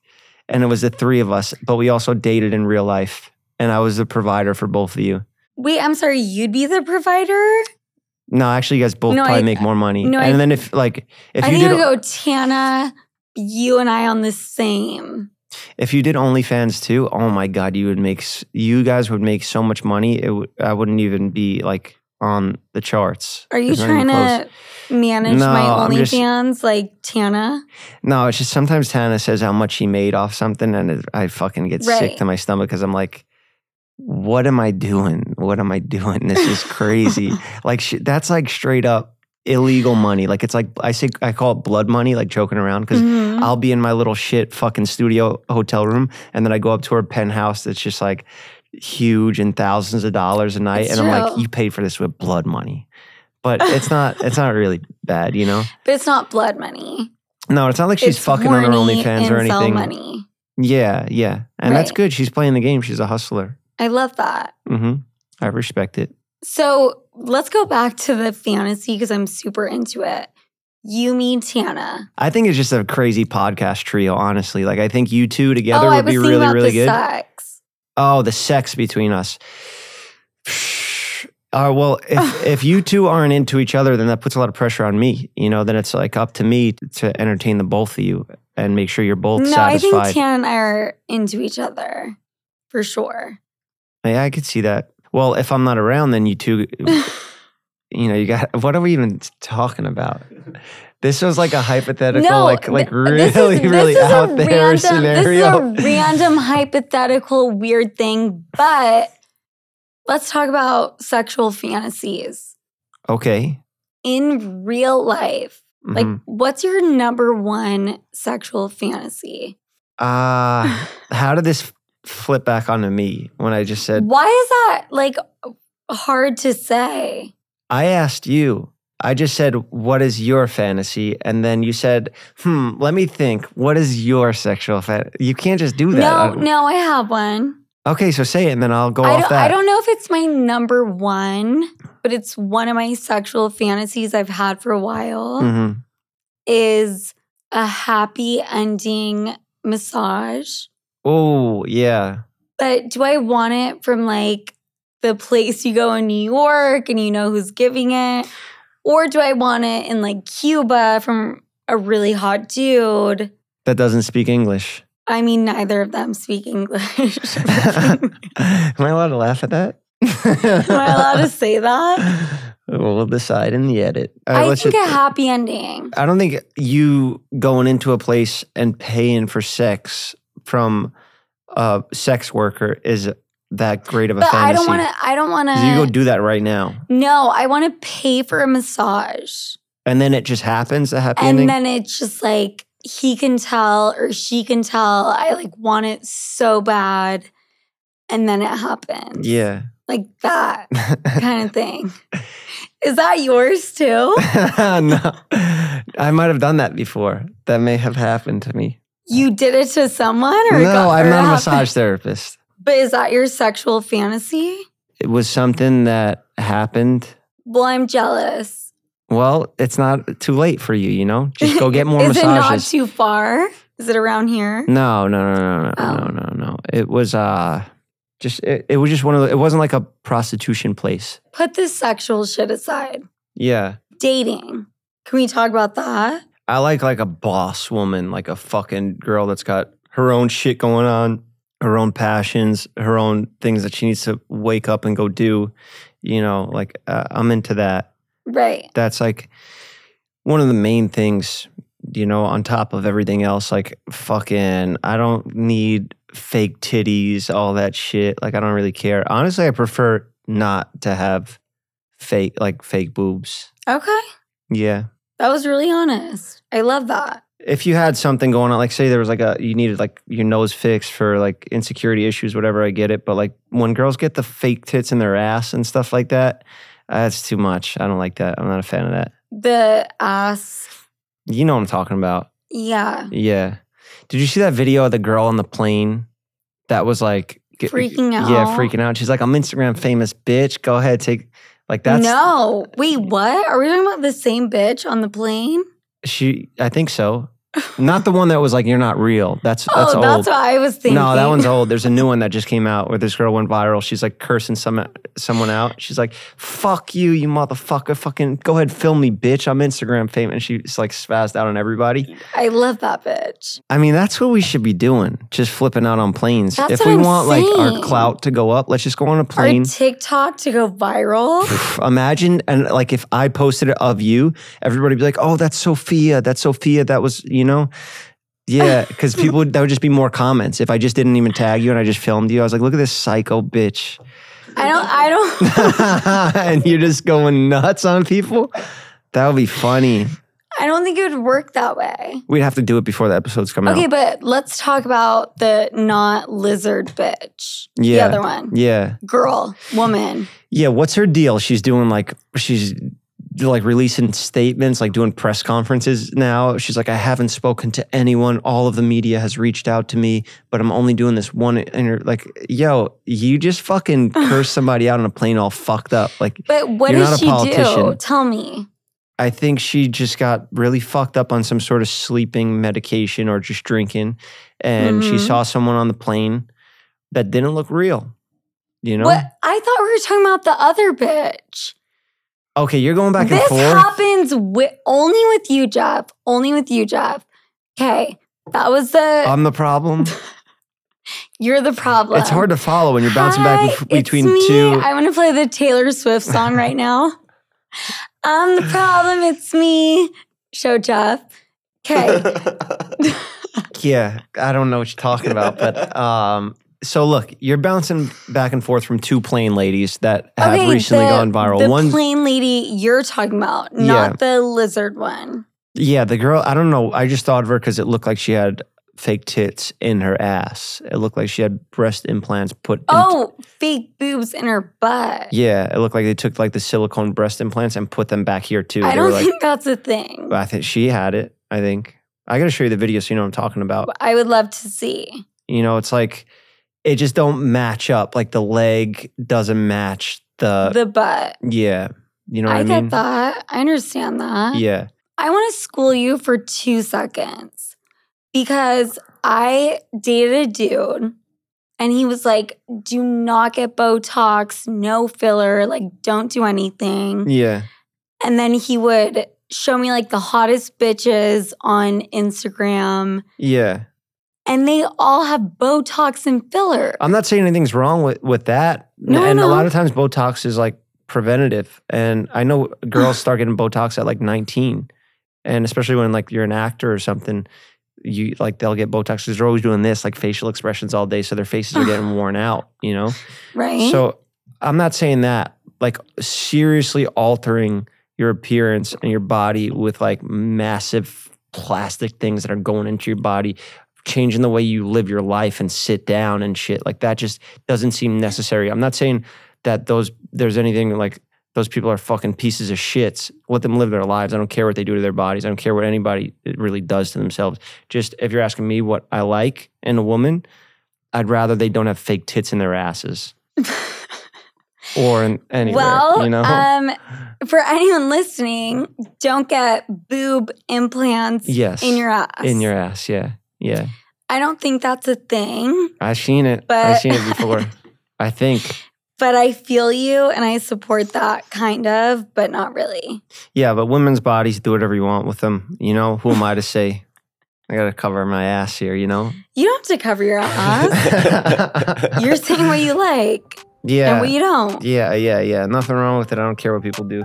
B: and it was the three of us, but we also dated in real life. And I was the provider for both of you.
A: Wait, I'm sorry. You'd be the provider.
B: No, actually, you guys both
A: No,
B: probably
A: I-
B: make more money.
A: no, I-
B: and then if like if
A: I
B: you
A: think
B: did
A: I would go Tana, you and I on the same.
B: if you did OnlyFans too, oh my god, you would make s- you guys would make so much money. It would I wouldn't even be like on the charts.
A: Are you
B: It's not even
A: trying to manage my
B: No, I'm just-
A: OnlyFans like Tana?
B: No, it's just sometimes Tana says how much she made off something, and it, I fucking get sick
A: Right.
B: to my stomach because I'm like, what am I doing? What am I doing? This is crazy.
A: *laughs*
B: like she, that's like straight up illegal money. Like it's like I say I call it blood money, like joking around because.
A: Mhm.
B: I'll be in my little shit fucking studio hotel room, and then I go up to her penthouse that's just like huge and thousands of dollars a night,
A: It's
B: and I'm like,
A: true.
B: "You paid for this with blood money." but it's not it's not really bad, you know.
A: But it's not blood money.
B: No, it's not like she's
A: It's
B: fucking on her
A: horny
B: OnlyFans or
A: incel
B: anything.
A: Money.
B: Yeah, yeah, and that's
A: Right.
B: good. She's playing the game. She's a hustler.
A: I love that.
B: hmm I respect it.
A: So let's go back to the fantasy because I'm super into it. You, me, Tana.
B: I think it's just a crazy podcast trio. Honestly, like I think you two together
A: oh, I
B: would
A: was
B: be
A: thinking
B: really,
A: about
B: really
A: the
B: good.
A: sex.
B: Oh, the sex between us. *sighs* Uh, well,
A: *laughs*
B: if if you two aren't into each other, then that puts a lot of pressure on me. You know, then it's like up to me to entertain the both of you and make sure you're both
A: no,
B: satisfied.
A: I think Tana and I are into each other for sure.
B: yeah, I could see that. Well, if I'm not around, then you
A: *laughs*
B: two, you know, you got. What are we even talking about? This was like a hypothetical,
A: No,
B: like like really,
A: This is- this
B: really *laughs*
A: is a
B: out there
A: random,
B: scenario. *laughs*
A: This is a random hypothetical weird thing, but let's talk about sexual fantasies
B: okay.
A: in real life. Like,
B: mhm.
A: what's your number one sexual fantasy? *laughs*
B: uh, how did this flip back onto me when I just said
A: Why is that like hard to say?
B: I asked you. I just said, "What is your fantasy?" And then you said, "Hmm, let me think. What is your sexual fantasy?" You can't just do that.
A: No,
B: I-
A: no, I have one.
B: Okay, so say it, and then I'll go
A: I
B: off
A: don't,
B: that.
A: I don't know if it's my number one, but it's one of my sexual fantasies I've had for a while.
B: Mhm.
A: is a happy ending massage.
B: Oh yeah,
A: But do I want it from like the place you go in New York and you know who's giving it? Or do I want it in like Cuba from a really hot dude?
B: that doesn't
A: *laughs*
B: speak English. *laughs*
A: I mean, neither of them speak English. *laughs* Am
B: Am I allowed to laugh at that? Am
A: I allowed
B: *laughs*
A: to say that?
B: We'll decide in the edit. All right,
A: I
B: let's
A: think
B: just-
A: a happy ending.
B: I don't think you going into a place and paying for sex from a sex worker is that great of a
A: But
B: fantasy.
A: I don't want to, I don't want
B: 'Cause You go
A: to.
B: do that right now,
A: No, I want to pay for a massage.
B: and then it just happens. The happy
A: and
B: ending.
A: then it's just like he can tell or she can tell i like want it so bad and then it happens
B: yeah. *laughs*
A: like that kind of thing is that yours too
B: no, I might have done that before. That may have happened to me.
A: you did it to someone or it
B: No,
A: got- or
B: I'm
A: it
B: not a
A: happened?
B: massage therapist.
A: but is that your sexual fantasy
B: It was something that happened.
A: well i'm jealous
B: Well, it's not too late for you, you know. Just go get
A: *laughs*
B: more
A: is
B: massages.
A: it not too far is it around here
B: No, no, no, no, no,
A: Oh.
B: no, no, no. It was uh just it, it was just one of the, it wasn't like a prostitution place.
A: put this sexual shit aside
B: Yeah.
A: dating can we talk about that
B: I like like a boss woman, like a fucking girl that's got her own shit going on, her own passions, her own things that she needs to wake up and go do. You know, like uh, I'm into that.
A: right
B: That's like one of the main things, you know, on top of everything else. Like fucking, I don't need fake titties, all that shit. Like I don't really care. Honestly, I prefer not to have fake like fake boobs.
A: okay
B: Yeah.
A: That was really honest. I love that.
B: if you had something going on, like say there was like a you needed like your nose fixed for like insecurity issues, whatever, I get it. But like when girls get the fake tits in their ass and stuff like that, that's too much. I don't like that. I'm not a fan of that.
A: The ass.
B: You know what I'm talking about.
A: Yeah.
B: Yeah. Did you see that video of the girl on the plane that was like get-
A: Freaking
B: Yeah,
A: out.
B: freaking out. She's like, I'm Instagram famous, bitch. Go ahead, take like that's
A: no. Wait, what? Are we talking about the same bitch on the plane?
B: she. I think so. Not the one that was like, you're not real. That's
A: oh,
B: that's old.
A: that's what I was thinking.
B: No, that one's old. There's a new one that just came out where this girl went viral. She's like cursing some someone out. She's like, "Fuck you, you motherfucker! Fucking go ahead, film me, bitch. I'm Instagram famous." And she's like spazzed out on everybody.
A: I love that bitch.
B: I mean, that's what we should be doing. Just flipping out on planes.
A: That's
B: if
A: what
B: we
A: I'm
B: want like our
A: saying.
B: clout to go up, let's just go on a
A: Our
B: plane.
A: TikTok to go viral.
B: Imagine and like if I posted it of you, everybody'd be like, "Oh, that's Sophia. That's Sophia. That was you know."
A: *laughs*
B: Yeah, because people would, that would just be more comments if I just didn't even tag you and I just filmed you. I was like, "Look at this psycho bitch," *laughs*
A: I don't. I don't. *laughs*
B: and you're just going nuts on people. That would be funny.
A: I don't think it would work that way.
B: We'd have to do it before the episode's coming
A: Okay,
B: out.
A: but let's talk about the not lizard bitch.
B: Yeah.
A: The other one.
B: Yeah,
A: Girl, woman.
B: yeah. What's her deal? She's doing like she's like releasing statements, like doing press conferences now. She's like, I haven't spoken to anyone. All of the media has reached out to me, but I'm only doing this one. Inter-. Like, yo, you just
D: *laughs*
B: fucking curse somebody out on a plane all fucked up. Like,
D: But what
B: You're
D: does
B: not a
D: she do?
B: politician.
D: Tell me.
B: I think she just got really fucked up on some sort of sleeping medication or just drinking. And she
D: Mhm.
B: saw someone on the plane that didn't look real. You know?
D: What I thought we were talking about the other bitch.
B: Okay, you're going back and
D: this
B: forth.
D: happens wi- only with you, Jeff. Only with you, Jeff. Okay, that was the.
B: I'm the problem.
D: you're the problem.
B: Um, It's hard to follow when you're bouncing back and
D: Hi,
B: f-
D: it's
B: between
D: me.
B: two.
D: I want to play the Taylor Swift song
B: *laughs*
D: right now. I'm the problem. It's me. Show Jeff. Okay.
B: yeah, I don't know what you're talking about, but um, so look, you're bouncing back and forth from two plain ladies that have
D: okay,
B: recently
D: the-
B: gone viral.
D: The
B: One,
D: plain lady you're talking about, not the lizard one.
B: yeah, the girl. I don't know. I just thought of her because it looked like she had fake tits in her ass. It looked like she had breast implants put. in-
D: Oh, fake boobs in her butt.
B: yeah, it looked like they took like the silicone breast implants and put them back here too.
D: I
B: they were
D: don't
B: like,
D: think that's a thing.
B: I think she had it. I think I got to show you the video so you know what I'm talking about.
D: I would love to see.
B: You know, it's like it just don't match up. Like the leg doesn't match the,
D: the butt.
B: yeah. You Uh, know what I,
D: I,
B: mean?
D: get that. I understand that.
B: Yeah.
D: I want to school you for two seconds because I dated a dude and he was like, do not get Botox, no filler, like, don't do anything.
B: Yeah.
D: And then he would show me like the hottest bitches on Instagram
B: Yeah.
D: and they all have Botox and filler.
B: I'm not saying anything's wrong with with that.
D: No,
B: and
D: no.
B: a lot of times Botox is like preventative. And I know girls start getting Botox at like 19. And especially when like you're an actor or something, you like they'll get Botox because they're always doing this, like facial expressions all day. So their faces are
D: *sighs*
B: getting worn out, you know?
D: right? *laughs*
B: So I'm not saying that. Like seriously altering your appearance and your body with like massive plastic things that are going into your body, changing the way you live your life and sit down and shit. Like that just doesn't seem necessary. I'm not saying that those there's anything like those people are fucking pieces of shits. Let them live their lives. I don't care what they do to their bodies. I don't care what anybody really does to themselves. Just if you're asking me what I like in a woman, I'd rather they don't have fake tits in their asses or in anywhere.
D: well,
B: you know,
D: um, for anyone listening, don't get boob implants
B: yes,
D: in your ass.
B: in your ass. Yeah, yeah.
D: I don't think that's a thing,
B: I've seen it.
D: But-
B: I've seen it before. I think.
D: but I feel you and I support that kind of, but not really.
B: Yeah, but women's bodies do whatever you want with them. You know, who am I to say? I gotta cover my ass here. You know.
D: You don't have to
B: *laughs*
D: cover your ass. You're saying what you like and
B: Yeah.
D: what you don't.
B: yeah, yeah, yeah. Nothing wrong with it. I don't care what people do.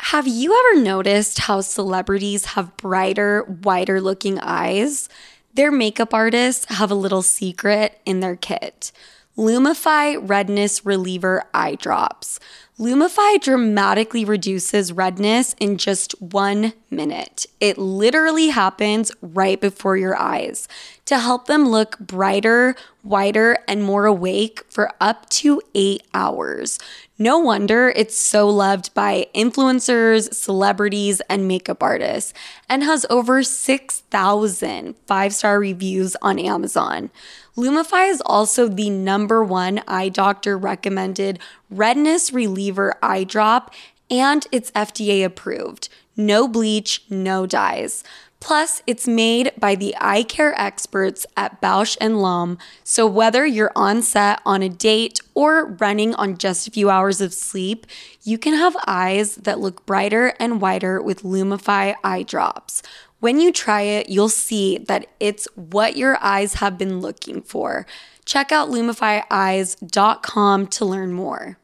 A: Have you ever noticed how celebrities have brighter, wider looking eyes? Their makeup artists have a little secret in their kit Lumify Redness Reliever Eye Drops. Lumify dramatically reduces redness in just one minute. It literally happens right before your eyes to help them look brighter, wider, and more awake for up to eight hours. No wonder it's so loved by influencers, celebrities, and makeup artists, and has over 6,000 five star reviews on Amazon. Lumify is also the number one eye doctor recommended redness reliever eye drop, and it's FDA approved. No bleach, no dyes. Plus, it's made by the eye care experts at Bausch and Lomb. So whether you're on set on a date or running on just a few hours of sleep, you can have eyes that look brighter and wider with Lumify eye drops. When you try it, you'll see that it's what your eyes have been looking for. Check out lumifyeyes.com to learn more.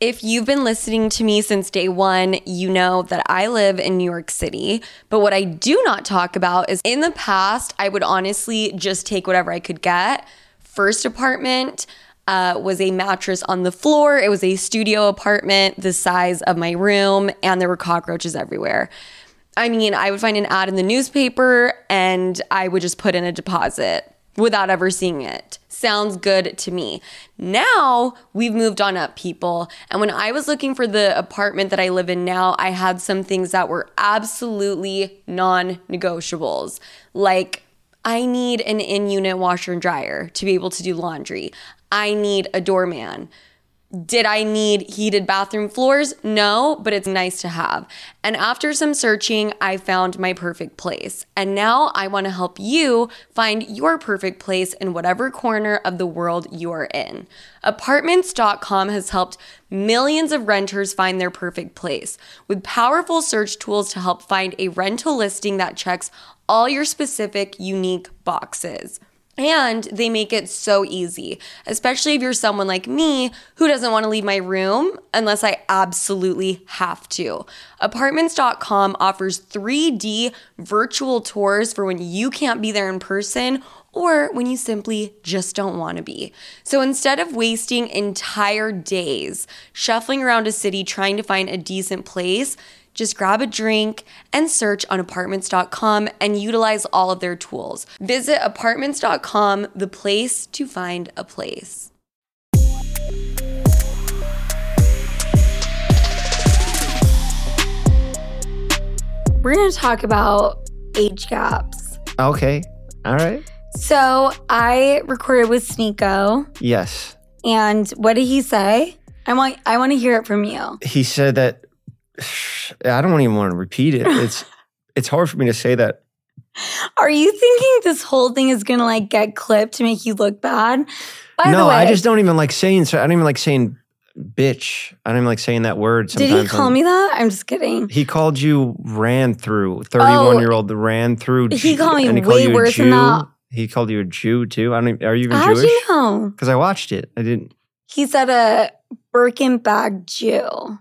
A: If you've been listening to me since day one, you know that I live in New York City. But what I do not talk about is in the past, I would honestly just take whatever I could get. First apartment uh, was a mattress on the floor, it was a studio apartment the size of my room, and there were cockroaches everywhere. I mean, I would find an ad in the newspaper and I would just put in a deposit without ever seeing it.
E: sounds good to me. Now we've moved on up, people. And when I was looking for the apartment that I live in now, I had some things that were absolutely non negotiables, like I need an in unit washer and dryer to be able to do laundry. I need a doorman. Did I need heated bathroom floors? No, but it's nice to have. And after some searching, I found my perfect place. And now I want to help you find your perfect place in whatever corner of the world you're in. Apartments.com has helped millions of renters find their perfect place with powerful search tools to help find a rental listing that checks all your specific, unique boxes. And they make it so easy, especially if you're someone like me who doesn't want to leave my room unless I absolutely have to. Apartments.com offers 3D virtual tours for when you can't be there in person or when you simply just don't want to be. So instead of wasting entire days shuffling around a city trying to find a decent place, just grab a drink and search on apartments.com and utilize all of their tools. Visit apartments.com, the place to find a place.
A: We're going to talk about age gaps.
B: Okay. All right.
A: So I recorded with Sneeko,
B: Yes.
A: and what did he say? I want I want to hear it from you.
B: He said that *sighs* I don't even want to repeat it. It's it's hard for me to say that.
A: Are you thinking this whole thing is gonna like get clipped to make you look bad? By
B: no,
A: the way,
B: I just don't even like saying so I don't even like saying bitch. I don't even like saying that word
A: did
B: sometimes.
A: he call
B: on-
A: me that? I'm just kidding.
B: He called you ran through 31 year old ran through.
A: Oh. He
B: Jew-
A: called me
B: and
A: way
B: you a
A: worse than
B: Jew.
A: that.
B: He called you a Jew too. I don't. Even, are you even
A: How'd
B: Jewish?
A: you know?
B: Because I watched it. I didn't. *sighs*
A: He said a Birkenbag Jew.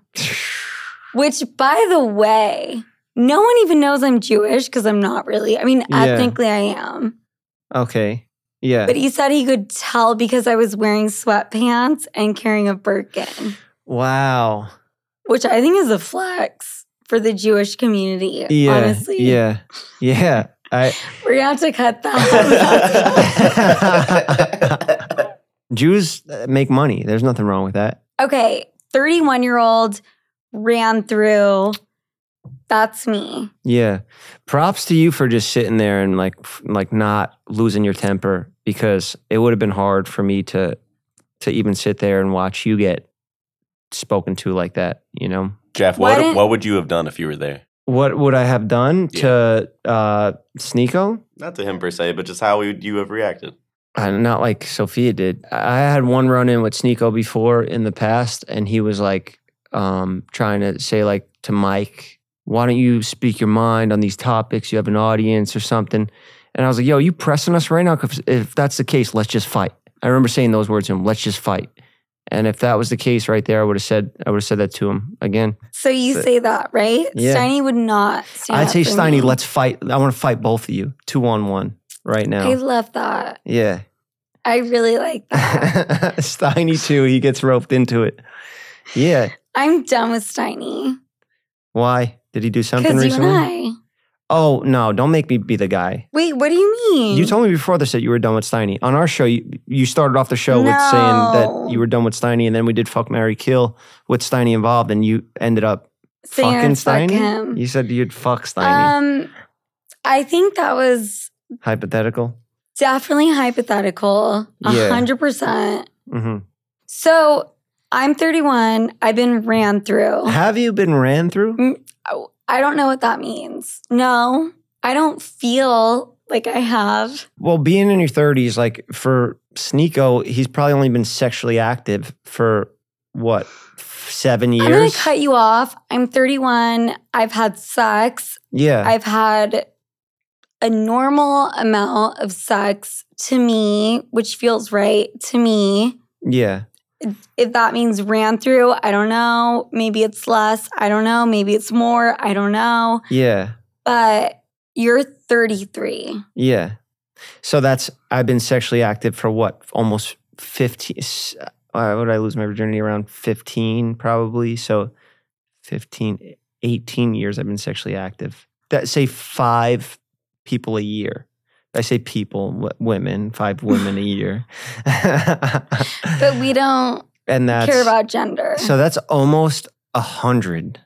A: Which, by the way, no one even knows I'm Jewish because I'm not really. I mean,
B: Yeah.
A: ethnically, I am.
B: Okay. Yeah.
A: But he said he could tell because I was wearing sweatpants and carrying a Birkin,
B: wow.
A: which I think is a flex for the Jewish community.
B: Yeah.
A: honestly,
B: Yeah. Yeah. I.
A: we're gonna have to cut
B: *laughs*
A: that.
B: Jews uh, make money. There's nothing wrong with that.
A: okay, thirty-one-year-old ran through. That's me.
B: Yeah. Props to you for just sitting there and like f- like not losing your temper because it would have been hard for me to to even sit there and watch you get spoken to like that, you know.
D: Jeff,
A: Why
D: what
A: didn't-
D: what would you have done if you were there?
B: What would I have done to uh Sneeko?
D: Not to him per se, but just how would you have reacted?
B: Uh, not like Sophia did. I had one run in with Sneeko before in the past, and he was like um, trying to say like to Mike, "Why don't you speak your mind on these topics? You have an audience or something." And I was like, "Yo, you pressing us right now? 'Cause if that's the case, let's just fight." I remember saying those words to him. Let's just fight. And if that was the case right there, I would have said I would have said that to him again.
A: So you
B: But-
A: say that, right?
B: Yeah.
A: Steiny would not. Stand
B: I'd
A: up
B: say
A: for
B: Steiny,
A: me.
B: let's fight. I want to fight both of you, two on one, right now.
A: I love that.
B: yeah.
A: I really like
B: *laughs*
A: that.
B: Steiny too. He gets roped into it. Yeah.
A: I'm done with Steiny.
B: Why did he do something
A: Because you and
B: recently?
A: I.
B: Oh no! Don't make me be the guy.
A: Wait, what do you mean?
B: You told me before this that you were done with Steiny. On our show, you, you started off the show with saying
A: No.
B: that you were done with Steiny, and then we did fuck Mary Kill with Steiny involved, and you ended up
A: Saying
B: fucking
A: I'd fuck
B: Steiny.
A: him.
B: You said you'd fuck Steiny.
A: Um, I think that was
B: Hypothetical.
A: definitely hypothetical. A
B: Yeah.
A: hundred percent.
B: hmm
A: So I'm 31. I've been ran through.
B: Have you been ran through?
A: I don't know what that means. No, I don't feel like I have.
B: Well, being in your 30s, like for Sneeko, he's probably only been sexually active for what, seven years?
A: I'm gonna cut you off. I'm 31. I've had sex.
B: yeah.
A: I've had a normal amount of sex to me, which feels right to me.
B: yeah.
A: If that means ran through, I don't know. Maybe it's less. I don't know. Maybe it's more. I don't know.
B: Yeah.
A: But you're 33.
B: Yeah. So that's, I've been sexually active for what, almost 15. s- Uh, what did I lose my virginity around 15, probably? So 15, 18 years I've been sexually active. That say five people a year. I say people, w- women, five women a year.
A: *laughs* But
B: *sighs*
A: we don't
B: *laughs* and that's
A: care about gender.
B: so that's almost a hundred.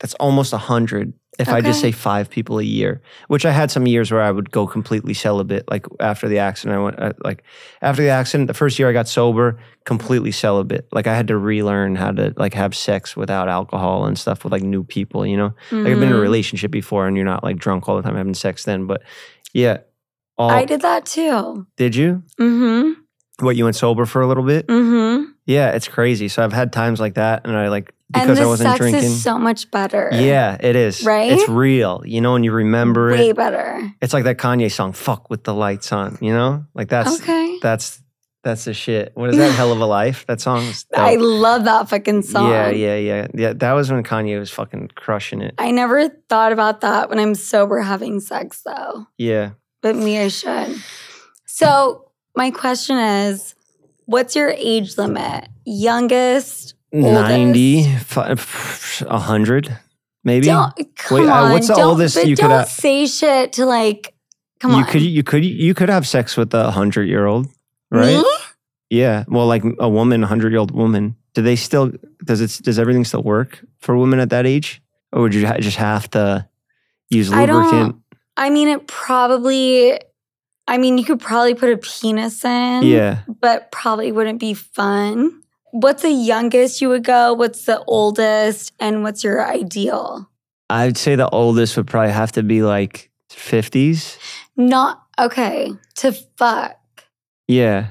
B: That's almost a hundred. If I just say
A: Okay.
B: five people a year, which I had some years where I would go completely celibate. Like after the accident, I went uh, like after the accident, the first year I got sober, completely celibate. Like I had to relearn how to like have sex without alcohol and stuff with like new people. You know, like I've been in a
A: Mhm.
B: relationship before, and you're not like drunk all the time having sex then. But yeah, all
A: I did that too.
B: did you?
A: Mm
B: What you went sober for a little bit?
A: hmm. Mm hmm.
B: Yeah, it's crazy. So I've had times like that, and I like
A: And
B: because I
A: the
B: wasn't
A: sex
B: drinking.
A: is so much better.
B: yeah, it is.
A: Right?
B: It's real, you know, and you remember
A: Way
B: it.
A: better.
B: It's like that Kanye song, "Fuck with the lights on," you know, like that's
A: Okay.
B: that's that's the shit.
A: *laughs*
B: What is that? Hell of a life. That song. is
A: I
B: dope.
A: love that fucking song.
B: Yeah, yeah, yeah, yeah. That was when Kanye was fucking crushing it.
A: I never thought about that when I'm sober having sex though.
B: Yeah.
A: But me, I should. So my question is, what's your age limit? Youngest? Oldest.
B: 90, fi- pff, 100, maybe.
A: Don't come
B: Wait, uh,
A: on.
B: what's the
A: don't,
B: oldest
A: but
B: you could,
A: don't
B: uh,
A: say shit to like. Come
B: you
A: on.
B: could you could you could have sex with a 100-year-old, right?
A: Me?
B: Yeah. Well, like a woman, a 100-year-old woman. Do they still does it does everything still work for women at that age? Or would you ha- just have to use
A: I don't-
B: lubricant?
A: I mean, it probably. I mean, you could probably put a penis in.
B: Yeah.
A: But probably wouldn't be fun. What's the youngest you would go? What's the oldest? And what's your ideal?
B: I'd say the oldest would probably have to be like 50s.
A: Not okay to fuck.
B: Yeah.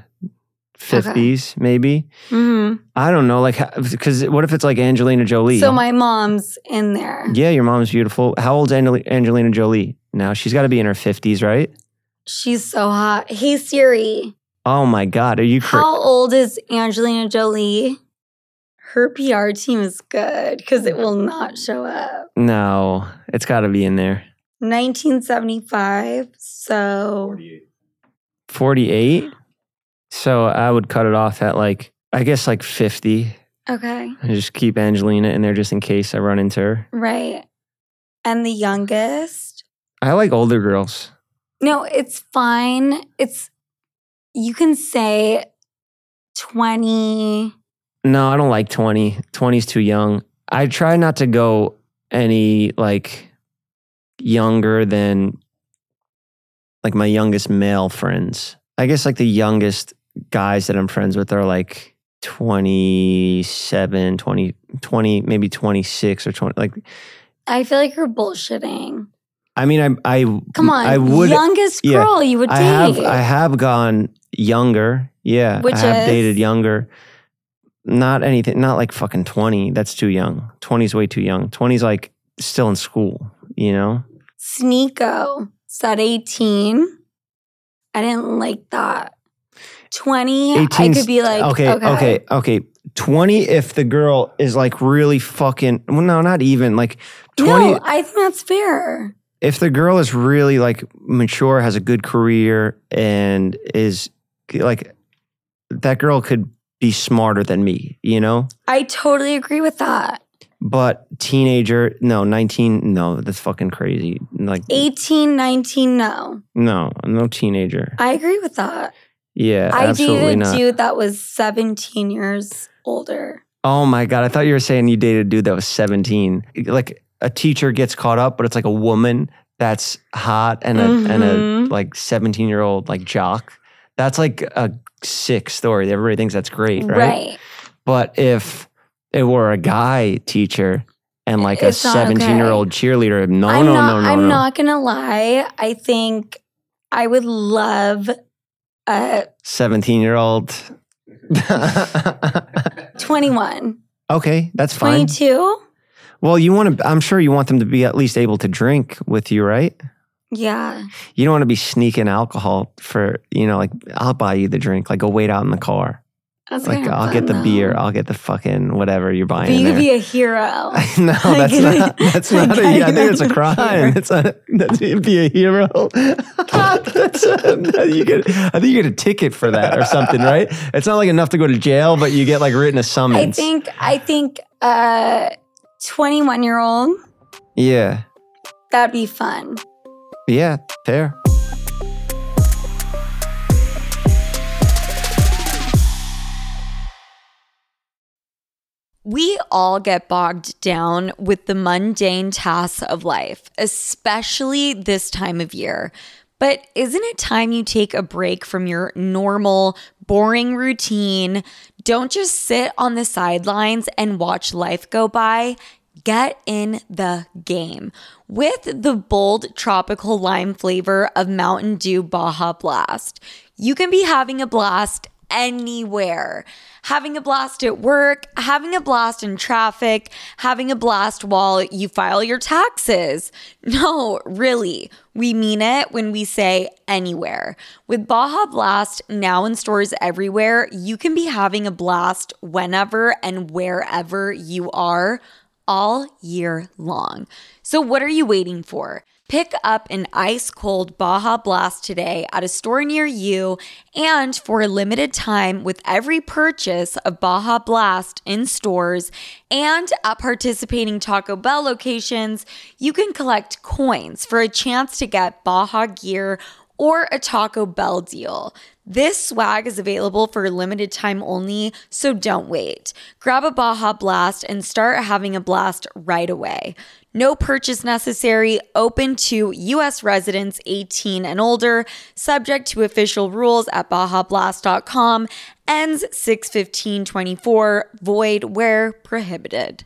B: 50s maybe.
A: hmm
B: I don't know like cuz what if it's like Angelina Jolie?
A: So my mom's in there.
B: Yeah, your mom's beautiful. How old's Angel- Angelina Jolie now? She's got to be in her 50s, right?
A: She's so hot. Hey Siri,
B: Oh my God, are you crazy?
A: how old is Angelina Jolie? Her PR team is good because it will not show up.
B: No, it's got to be in there.
A: 1975. So
B: 48? So I would cut it off at like, I guess like 50
A: okay,
B: and just keep Angelina in there just in case I run into her.
A: right. And the youngest?
B: I like older girls.
A: No, it's fine. It's you can say 20.
B: No, I don't like 20. 20's too young. I try not to go any like younger than like my youngest male friends. I guess like the youngest guys that I'm friends with are like 27, 20, 20 maybe 26 or 20. Like,
A: I feel like you're bullshitting.
B: I mean, I, I,
A: Come on,
B: Mm, I would,
A: youngest
B: yeah.
A: girl you would date.
B: I have, I have gone younger. Yeah.
A: Which
B: I have
A: is?
B: dated younger. Not anything, not like fucking 20. That's too young. 20's way too young. 20's like still in school, you know?
A: Sneeko said 18. I didn't like that. 20, I
B: 18 's-
A: could be like,
B: okay, okay, okay. 20 if the girl is like really fucking, well, no, not even. Like 20,
A: No, I think that's fair.
B: if the girl is really like mature, has a good career, and is like, that girl could be smarter than me, you know?
A: I totally agree with that.
B: But teenager, no, 19, no, that's fucking crazy. Like,
A: 18, 19, no.
B: no, no teenager.
A: I agree with that.
B: yeah,
A: I
B: absolutely
A: dated
B: not.
A: a dude that was 17 years older.
B: oh my God, I thought you were saying you dated a dude that was 17. Like, a teacher gets caught up, but it's like a woman that's hot and a, and a
A: Mhm.
B: like 17 year old like jock. That's like a sick story. Everybody thinks that's great, right?
A: Right.
B: But if it were a guy teacher and like a
A: It's not
B: 17 year old cheerleader, no,
A: I'm
B: no,
A: not
B: no, no,
A: I'm
B: no.
A: not gonna lie. I think I would love uh, a
B: 17 year old.
A: 21.
B: *laughs* okay, that's fine.
A: 22?
B: Well, you want to, I'm sure you want them to be at least able to drink with you, right?
A: Yeah.
B: You don't want to be sneaking alcohol for, you know, like, I'll buy you the drink, like, go wait out in the car.
A: That's
B: Like,
A: kinda
B: I'll get
A: fun,
B: the
A: though.
B: beer, I'll get the fucking whatever you're
A: But
B: buying.
A: you
B: there.
A: could be a
B: *laughs*
A: hero.
B: no, that's
A: Like,
B: not. That's
A: like,
B: not. A,
A: I
B: yeah, I think it's a
A: don't
B: crime.
A: care.
B: It's not. That's you'd be
A: *laughs*
B: a hero. that's a, you get. I think you get a ticket for that or something, right? It's not like enough to go to jail, but you get like written a summons.
A: I think I think uh 21 year old,
B: Yeah.
A: that'd be fun.
B: Yeah. Fair.
F: all get bogged down with the mundane tasks of life, especially this time of year. But isn't it time you take a break from your normal, boring routine? Don't just sit on the sidelines and watch life go by. Get in the game with the bold tropical lime flavor of Mountain Dew Baja Blast. You can be having a blast anywhere. Having a blast at work, having a blast in traffic, having a blast while you file your taxes. *laughs* No, really, we mean it when we say anywhere. With Baja Blast now in stores everywhere, you can be having a blast whenever and wherever you are all year long. So, what are you waiting for? Pick up an ice cold Baja Blast today at a store near you. And for a limited time, with every purchase of Baja Blast in stores and at participating Taco Bell locations, you can collect coins for a chance to get Baja gear or a Taco Bell deal. This swag is available for a limited time only, so don't wait. Grab a Baja Blast and start having a blast right away. No purchase necessary, open to U.S. residents 18 and older, subject to official rules at BajaBlast.com, ends 6-15-24, void where prohibited.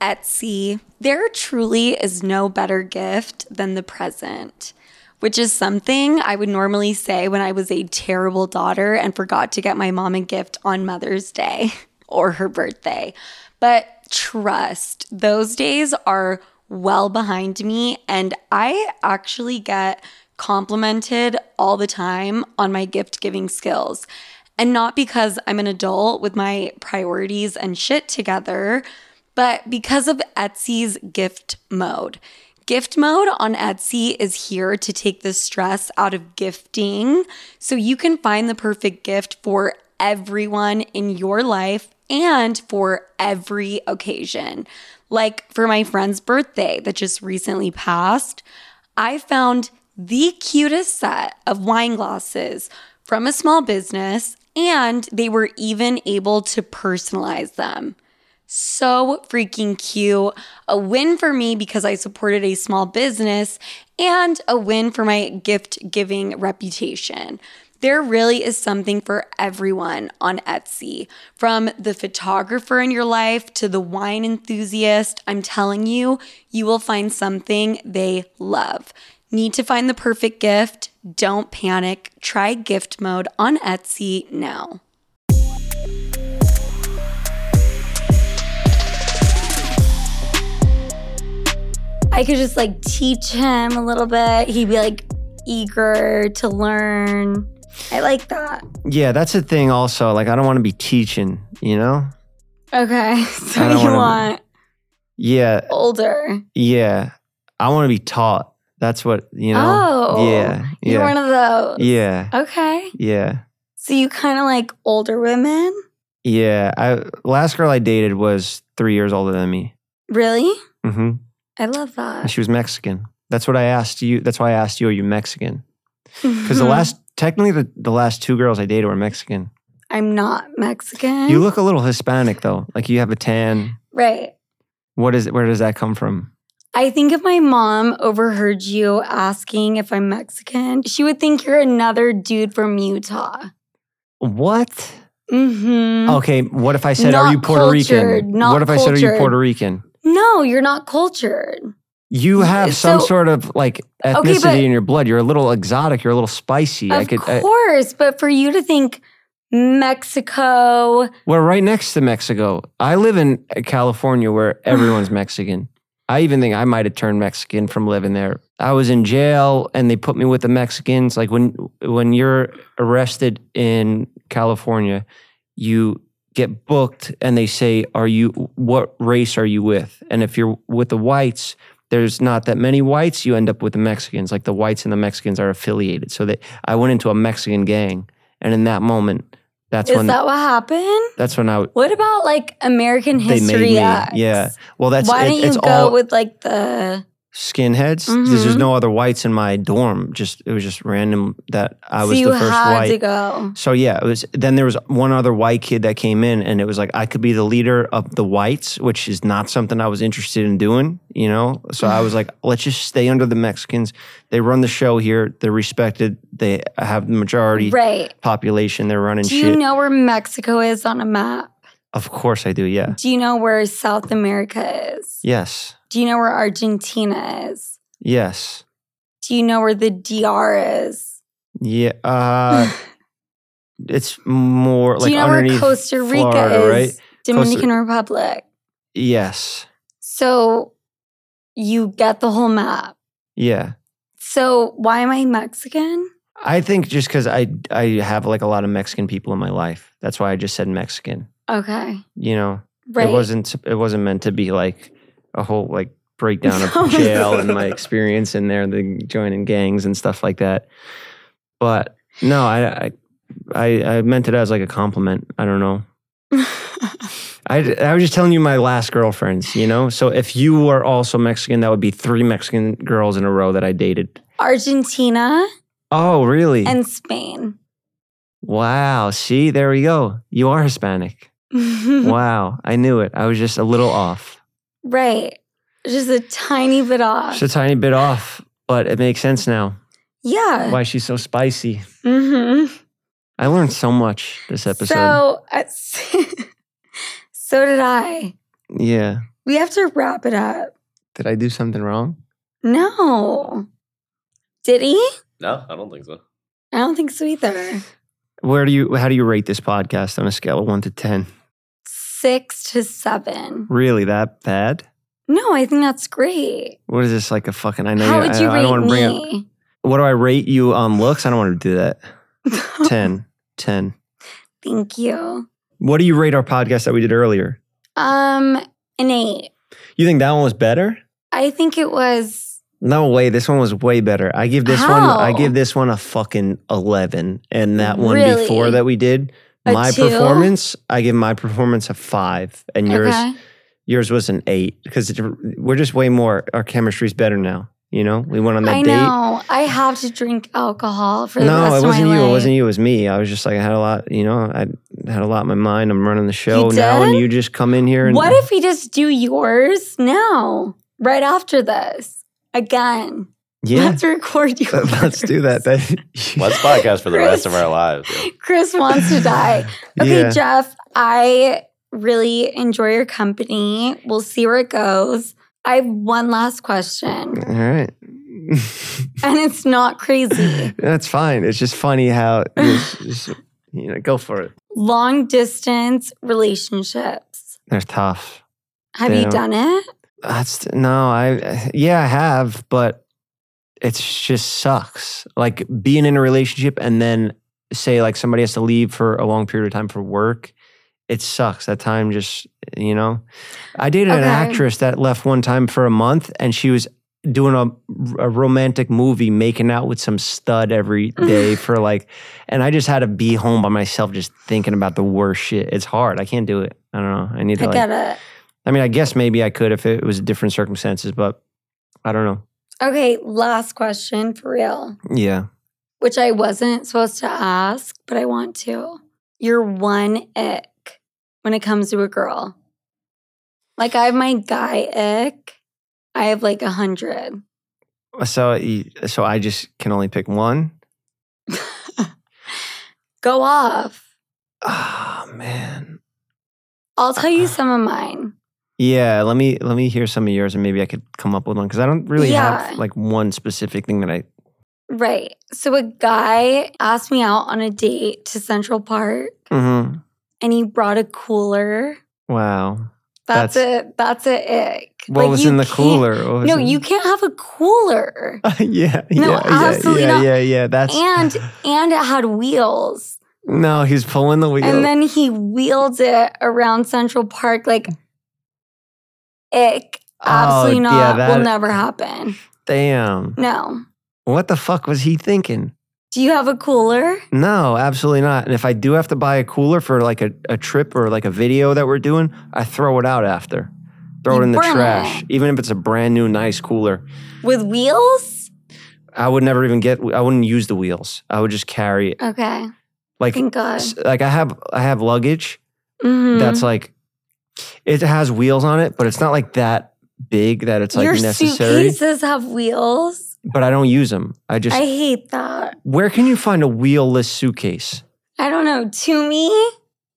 F: Etsy. There truly is no better gift than the present which is something I would normally say when I was a terrible daughter and forgot to get my mom a gift on Mother's Day *laughs* or her birthday. But trust, those days are well behind me, and I actually get complimented all the time on my gift giving skills. And not because I'm an adult with my priorities and shit together, but because of Etsy's gift mode. Gift mode on Etsy is here to take the stress out of gifting so you can find the perfect gift for everyone in your life and for every occasion. Like for my friend's birthday that just recently passed, I found the cutest set of wine glasses from a small business, and they were even able to personalize them so freaking cute. A win for me because I supported a small business and a win for my gift giving reputation. There really is something for everyone on Etsy. From the photographer in your life to the wine enthusiast, I'm telling you, you will find something they love. Need to find the perfect gift? Don't panic. Try gift mode on Etsy now.
A: I could just like teach him a little bit. He'd be like eager to learn. I like that.
B: Yeah, that's the thing. Also, like I don't want to be teaching. You know?
A: Okay. *laughs* So
B: I
A: you
B: don't wanna-
A: want
B: Yeah,
A: older.
B: yeah. I want to be taught. That's what you know.
A: Oh.
B: yeah,
A: You're
B: yeah,
A: one of those.
B: yeah,
A: Okay.
B: yeah.
A: So you kind of like older women?
B: Yeah, I last girl I dated was three years older than me.
A: Really?
B: hmm
A: I love that.
B: And she was Mexican. That's what I asked you. That's why I asked you, are you Mexican?
A: Mm-hmm.
B: Because the last, technically, the, the last two girls I dated were Mexican.
A: I'm not Mexican.
B: You look a little Hispanic though. Like you have a tan.
A: right.
B: What is? Where does that come from?
A: I think if my mom overheard you asking if I'm Mexican, she would think you're another dude from Utah.
B: What?
A: Mm-hmm.
B: Mm. Okay. What if I said, are
A: Not
B: you Puerto
A: cultured,
B: Rican?
A: not
B: What if I said, are you
A: cultured.
B: Puerto Rican?
A: No, you're not cultured.
B: You have some
A: Mm, So-
B: sort of like ethnicity
A: but-
B: in your blood. You're a little exotic. You're a little spicy. I
A: of
B: could. I,
A: course, but for you to think Mexico,
B: We're right next to Mexico. I live in California where
A: *sighs*
B: everyone's Mexican. I even think I might have turned Mexican from living there. I was in jail and they put me with the Mexicans. Like when when you're arrested in California, you get booked and they say, "Are you what race are you with?" And if you're with the whites, there's not that many whites. You end up with the Mexicans. Like the whites and the Mexicans are affiliated. So that I went into a Mexican gang, and in that moment, that's
A: is
B: when
A: that what happened?
B: that's when I
A: What about like American
B: they made
A: History
B: me.
A: X?
B: Yeah. Well, that's
A: Why
B: it-
A: don't you
B: it's
A: go Mm-hmm.
B: all
A: with like the
B: skinheads. There's just no other whites in my dorm. Just it was just random that I was
A: so you
B: the first
A: had
B: white.
A: to go.
B: So yeah, it was. Then there was one other white kid that came in, and it was like I could be the leader of the whites, which is not something I was interested in doing, you know. So I
A: *sighs*
B: was like, let's just stay under the Mexicans. They run the show here. They're respected. They have the majority
A: Right.
B: population. They're running
A: Do
B: shit.
A: you know where Mexico is on a map?
B: of course I do. Yeah.
A: Do you know where South America is?
B: Yes.
A: Do you know where Argentina is?
B: Yes.
A: Do you know where the DR is?
B: Yeah.
A: *laughs*
B: Uh, it's more like
A: Do you know where
B: underneath
A: Costa Rica
B: Florida,
A: is?
B: right?
A: Dominican Republic.
B: Yes.
A: So you get the whole map.
B: Yeah.
A: So why am I Mexican?
B: I think just because I I have like a lot of Mexican people in my life. That's why I just said Mexican.
A: Okay.
B: You know,
A: Right.
B: it wasn't it wasn't meant to be like a whole like breakdown
A: *laughs* No.
B: of jail and my experience in there, the joining gangs and stuff like that. But no, I I I, I meant it as like a compliment. I don't
A: *laughs*
B: know. I, I was just telling you my last girlfriends, you know? So if you were also Mexican, that would be three Mexican girls in a row that I dated.
A: Argentina
B: Oh, really?
A: and Spain. *laughs*
B: Wow. See, there we go. You
A: *laughs*
B: are Hispanic. wow. I knew it. I was just a little off.
A: right. Just a tiny bit off.
B: Just a tiny bit off, but it makes sense now
A: yeah.
B: why she's so spicy.
A: hmm
B: I learned so much this episode.
A: So, *laughs* uh, so did I.
B: yeah.
A: We have to wrap it up.
B: Did I do something wrong?
A: No. Did he?
D: No, I don't think so.
A: I don't think so either.
B: Where do you how do you rate this podcast on a scale of 1 to 10?
A: Six to seven.
B: Really that bad?
A: No, Oh, I think that's great.
B: What is this like a fucking I know
A: How
B: you,
A: would
B: I,
A: you
B: I don't
A: rate
B: want to bring up
A: me?
B: What do I rate you on looks? I don't want to do that. 10 10.
A: *laughs* Thank you.
B: What do you rate our podcast that we did earlier?
A: Um, an eight.
B: You think that one was better?
A: I think it was
B: No way. This one was way better. I give this one. I
A: How?
B: give this one a fucking eleven. And that one
A: Really?
B: before that we did,
A: A
B: my
A: two?
B: performance. I give my performance a five, and yours
A: okay.
B: yours was an eight because it, we're just way more. Our chemistry's better now. You know, we went on that
A: I
B: date.
A: know. I have to drink alcohol for the
B: No,
A: rest
B: it
A: of my
B: wasn't you.
A: life.
B: It wasn't you. It was me. I was just like I had a lot. You know, I had a lot in my mind. I'm running the show
A: You
B: now, and
A: did?
B: you just come in here and
A: What if we just do yours now, right after this, again?
B: yeah.
A: Let's record yours.
B: *laughs* Let's do that.
D: Let's podcast for the rest of our lives. yeah.
A: Chris *laughs* wants to
B: *laughs*
A: die. Okay,
B: Yeah.
A: Jeff, I really enjoy your company. We'll see where it goes. I have one last
B: *laughs*
A: question,
B: All right. *laughs*
A: and it's not crazy.
B: That's fine. It's just funny how it's just, you know, go for it.
A: Long distance relationships.
B: They're tough.
A: Have
B: Yeah.
A: you done it?
B: That's no, I yeah, I have, but it's just sucks. Like being in a relationship and then say like somebody has to leave for a long period of time for work. It sucks. That time just you know. I dated an
A: Okay.
B: actress that left one time for a month and she was doing a, a romantic movie making out with some stud
A: *laughs*
B: every day for like and I just had to be home by myself just thinking about the worst shit. It's hard. I can't do it. I don't know. I need to
A: I
B: like
A: get it.
B: I mean, I guess maybe I could if it was different circumstances, but I don't know.
A: Okay, last question for real,
B: Yeah.
A: which I wasn't supposed to ask, but I want to. Your one ick when it comes to a girl. Like I have my guy ick. I have like a hundred.
B: So, you- so I just can only pick one.
A: Go off.
B: Oh man.
A: I'll tell
B: Uh-huh.
A: you some of mine.
B: Yeah. Let me let me hear some of yours, and maybe I could come up with one because I don't really
A: Yeah.
B: have like one specific thing that I.
A: Right. So a guy asked me out on a date to Central Park
B: Mhm.
A: and he brought a cooler.
B: Wow.
A: That's,
B: That's-
A: a that's a ick.
B: What
A: Like,
B: was
A: you
B: in the
A: can't-
B: cooler? What was
A: No,
B: in-
A: you can't have a cooler.
B: *laughs* yeah,
A: No,
B: yeah,
A: absolutely
B: yeah,
A: not.
B: yeah, yeah, yeah. That's
A: and and it had wheels.
B: *laughs* no, he's pulling the wheel.
A: And then he wheeled it around Central Park like ick.
B: Oh,
A: Absolutely
B: yeah,
A: not.
B: that-
A: Will never happen.
B: Damn,
A: No.
B: what the fuck was he thinking?
A: Do you have a cooler?
B: No, absolutely not. And if I do have to buy a cooler for like a, a trip or like a video that we're doing, I throw it out after. Throw it in the
F: Burn
B: trash,
F: it.
B: even if it's a brand new, nice cooler.
F: with wheels.
B: I would never even get. I wouldn't use the wheels. I would just carry it.
F: Okay,
B: Like,
F: thank God.
B: s- like I have, I have luggage
A: Mm-hmm.
F: Mhm.
B: that's like, it has wheels on it, but it's not like that big that it's like
F: your
B: necessary.
F: suitcases have wheels.
B: But I don't use them. I just.
F: I hate that.
B: where can you find a wheelless suitcase?
F: I don't know. To me,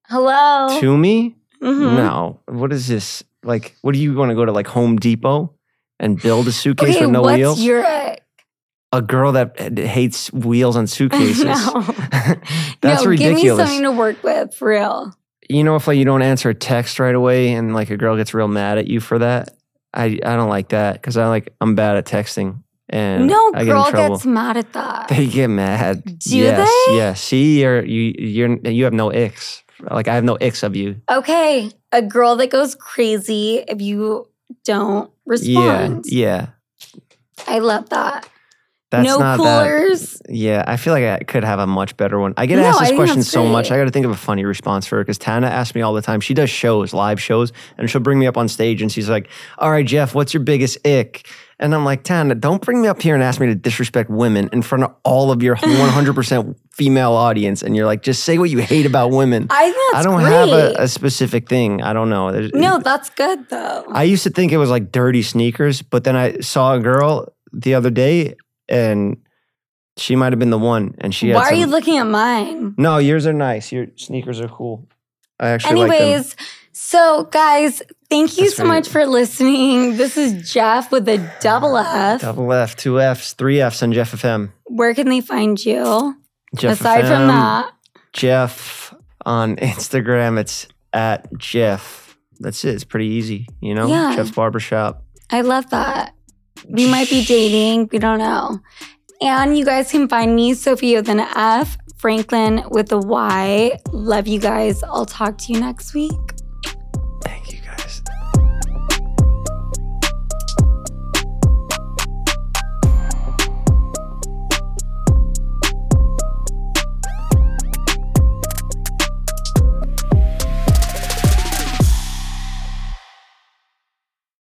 F: hello.
B: To me,
A: mm-hmm.
F: Mhm.
B: no. What is this? Like, what do you want to go to like Home Depot and build a suitcase
F: Okay,
B: with no
F: what's
B: wheels?
F: your?
B: a girl that h- hates
F: *laughs*
B: wheels on suitcases. *laughs*
F: No.
B: That's
F: no, Give me
B: ridiculous.
F: something to work with, for real.
B: you know, if like you don't answer a text right away, and like a girl gets real mad at you for that, I I don't like that because I like I'm bad at texting and
F: no
B: I get
F: girl
B: in trouble.
F: gets mad at that.
B: *laughs* they get mad.
F: Do
B: yes,
F: they?
B: Yeah. See, you're you you're you have no icks. Like I have no icks of you.
F: okay, a girl that goes crazy if you don't respond.
B: Yeah. Yeah.
F: I love that.
B: That's
F: no
B: not that-
F: coolers.
B: Yeah, I feel like I could have a much better one. I get
F: No,
B: asked
F: I
B: this
F: think
B: question
F: that's
B: so much.
F: great.
B: I got to think of a funny response for her because Tana asks me all the time. She does shows, live shows, and she'll bring me up on stage and she's like, All right, Jeff, what's your biggest ick? And I'm like, Tana, don't bring me up here and ask me to disrespect women in front of all of
F: *laughs*
B: your 100% female audience. And you're like, Just say what you hate about women.
F: I think
B: I
F: that's
B: don't
F: great.
B: have a, a specific thing. I don't know. There's-
F: no, that's good though.
B: I used to think it was like dirty sneakers, but then I saw a girl the other day and she might have been the one. And she had
F: Why are
B: some-
F: you looking at mine?
B: No, yours are nice. Your sneakers are cool. I actually like them.
F: Anyways, so guys, thank you
B: That's
F: so
B: right.
F: much for listening. This is Jeff with a double F.
B: Double F, two Fs, three Fs on Jeff FM.
F: Where can they find you?
B: Jeff
F: Aside
B: FM,
F: from that,
B: Jeff on Instagram, it's at Jeff. That's it. It's pretty easy, you know?
F: Yeah.
B: Jeff's Barbershop.
F: I love that. We might be dating. We don't know. And you guys can find me, Sophie with an F, Franklin with a Y. Love you guys. I'll talk to you next week.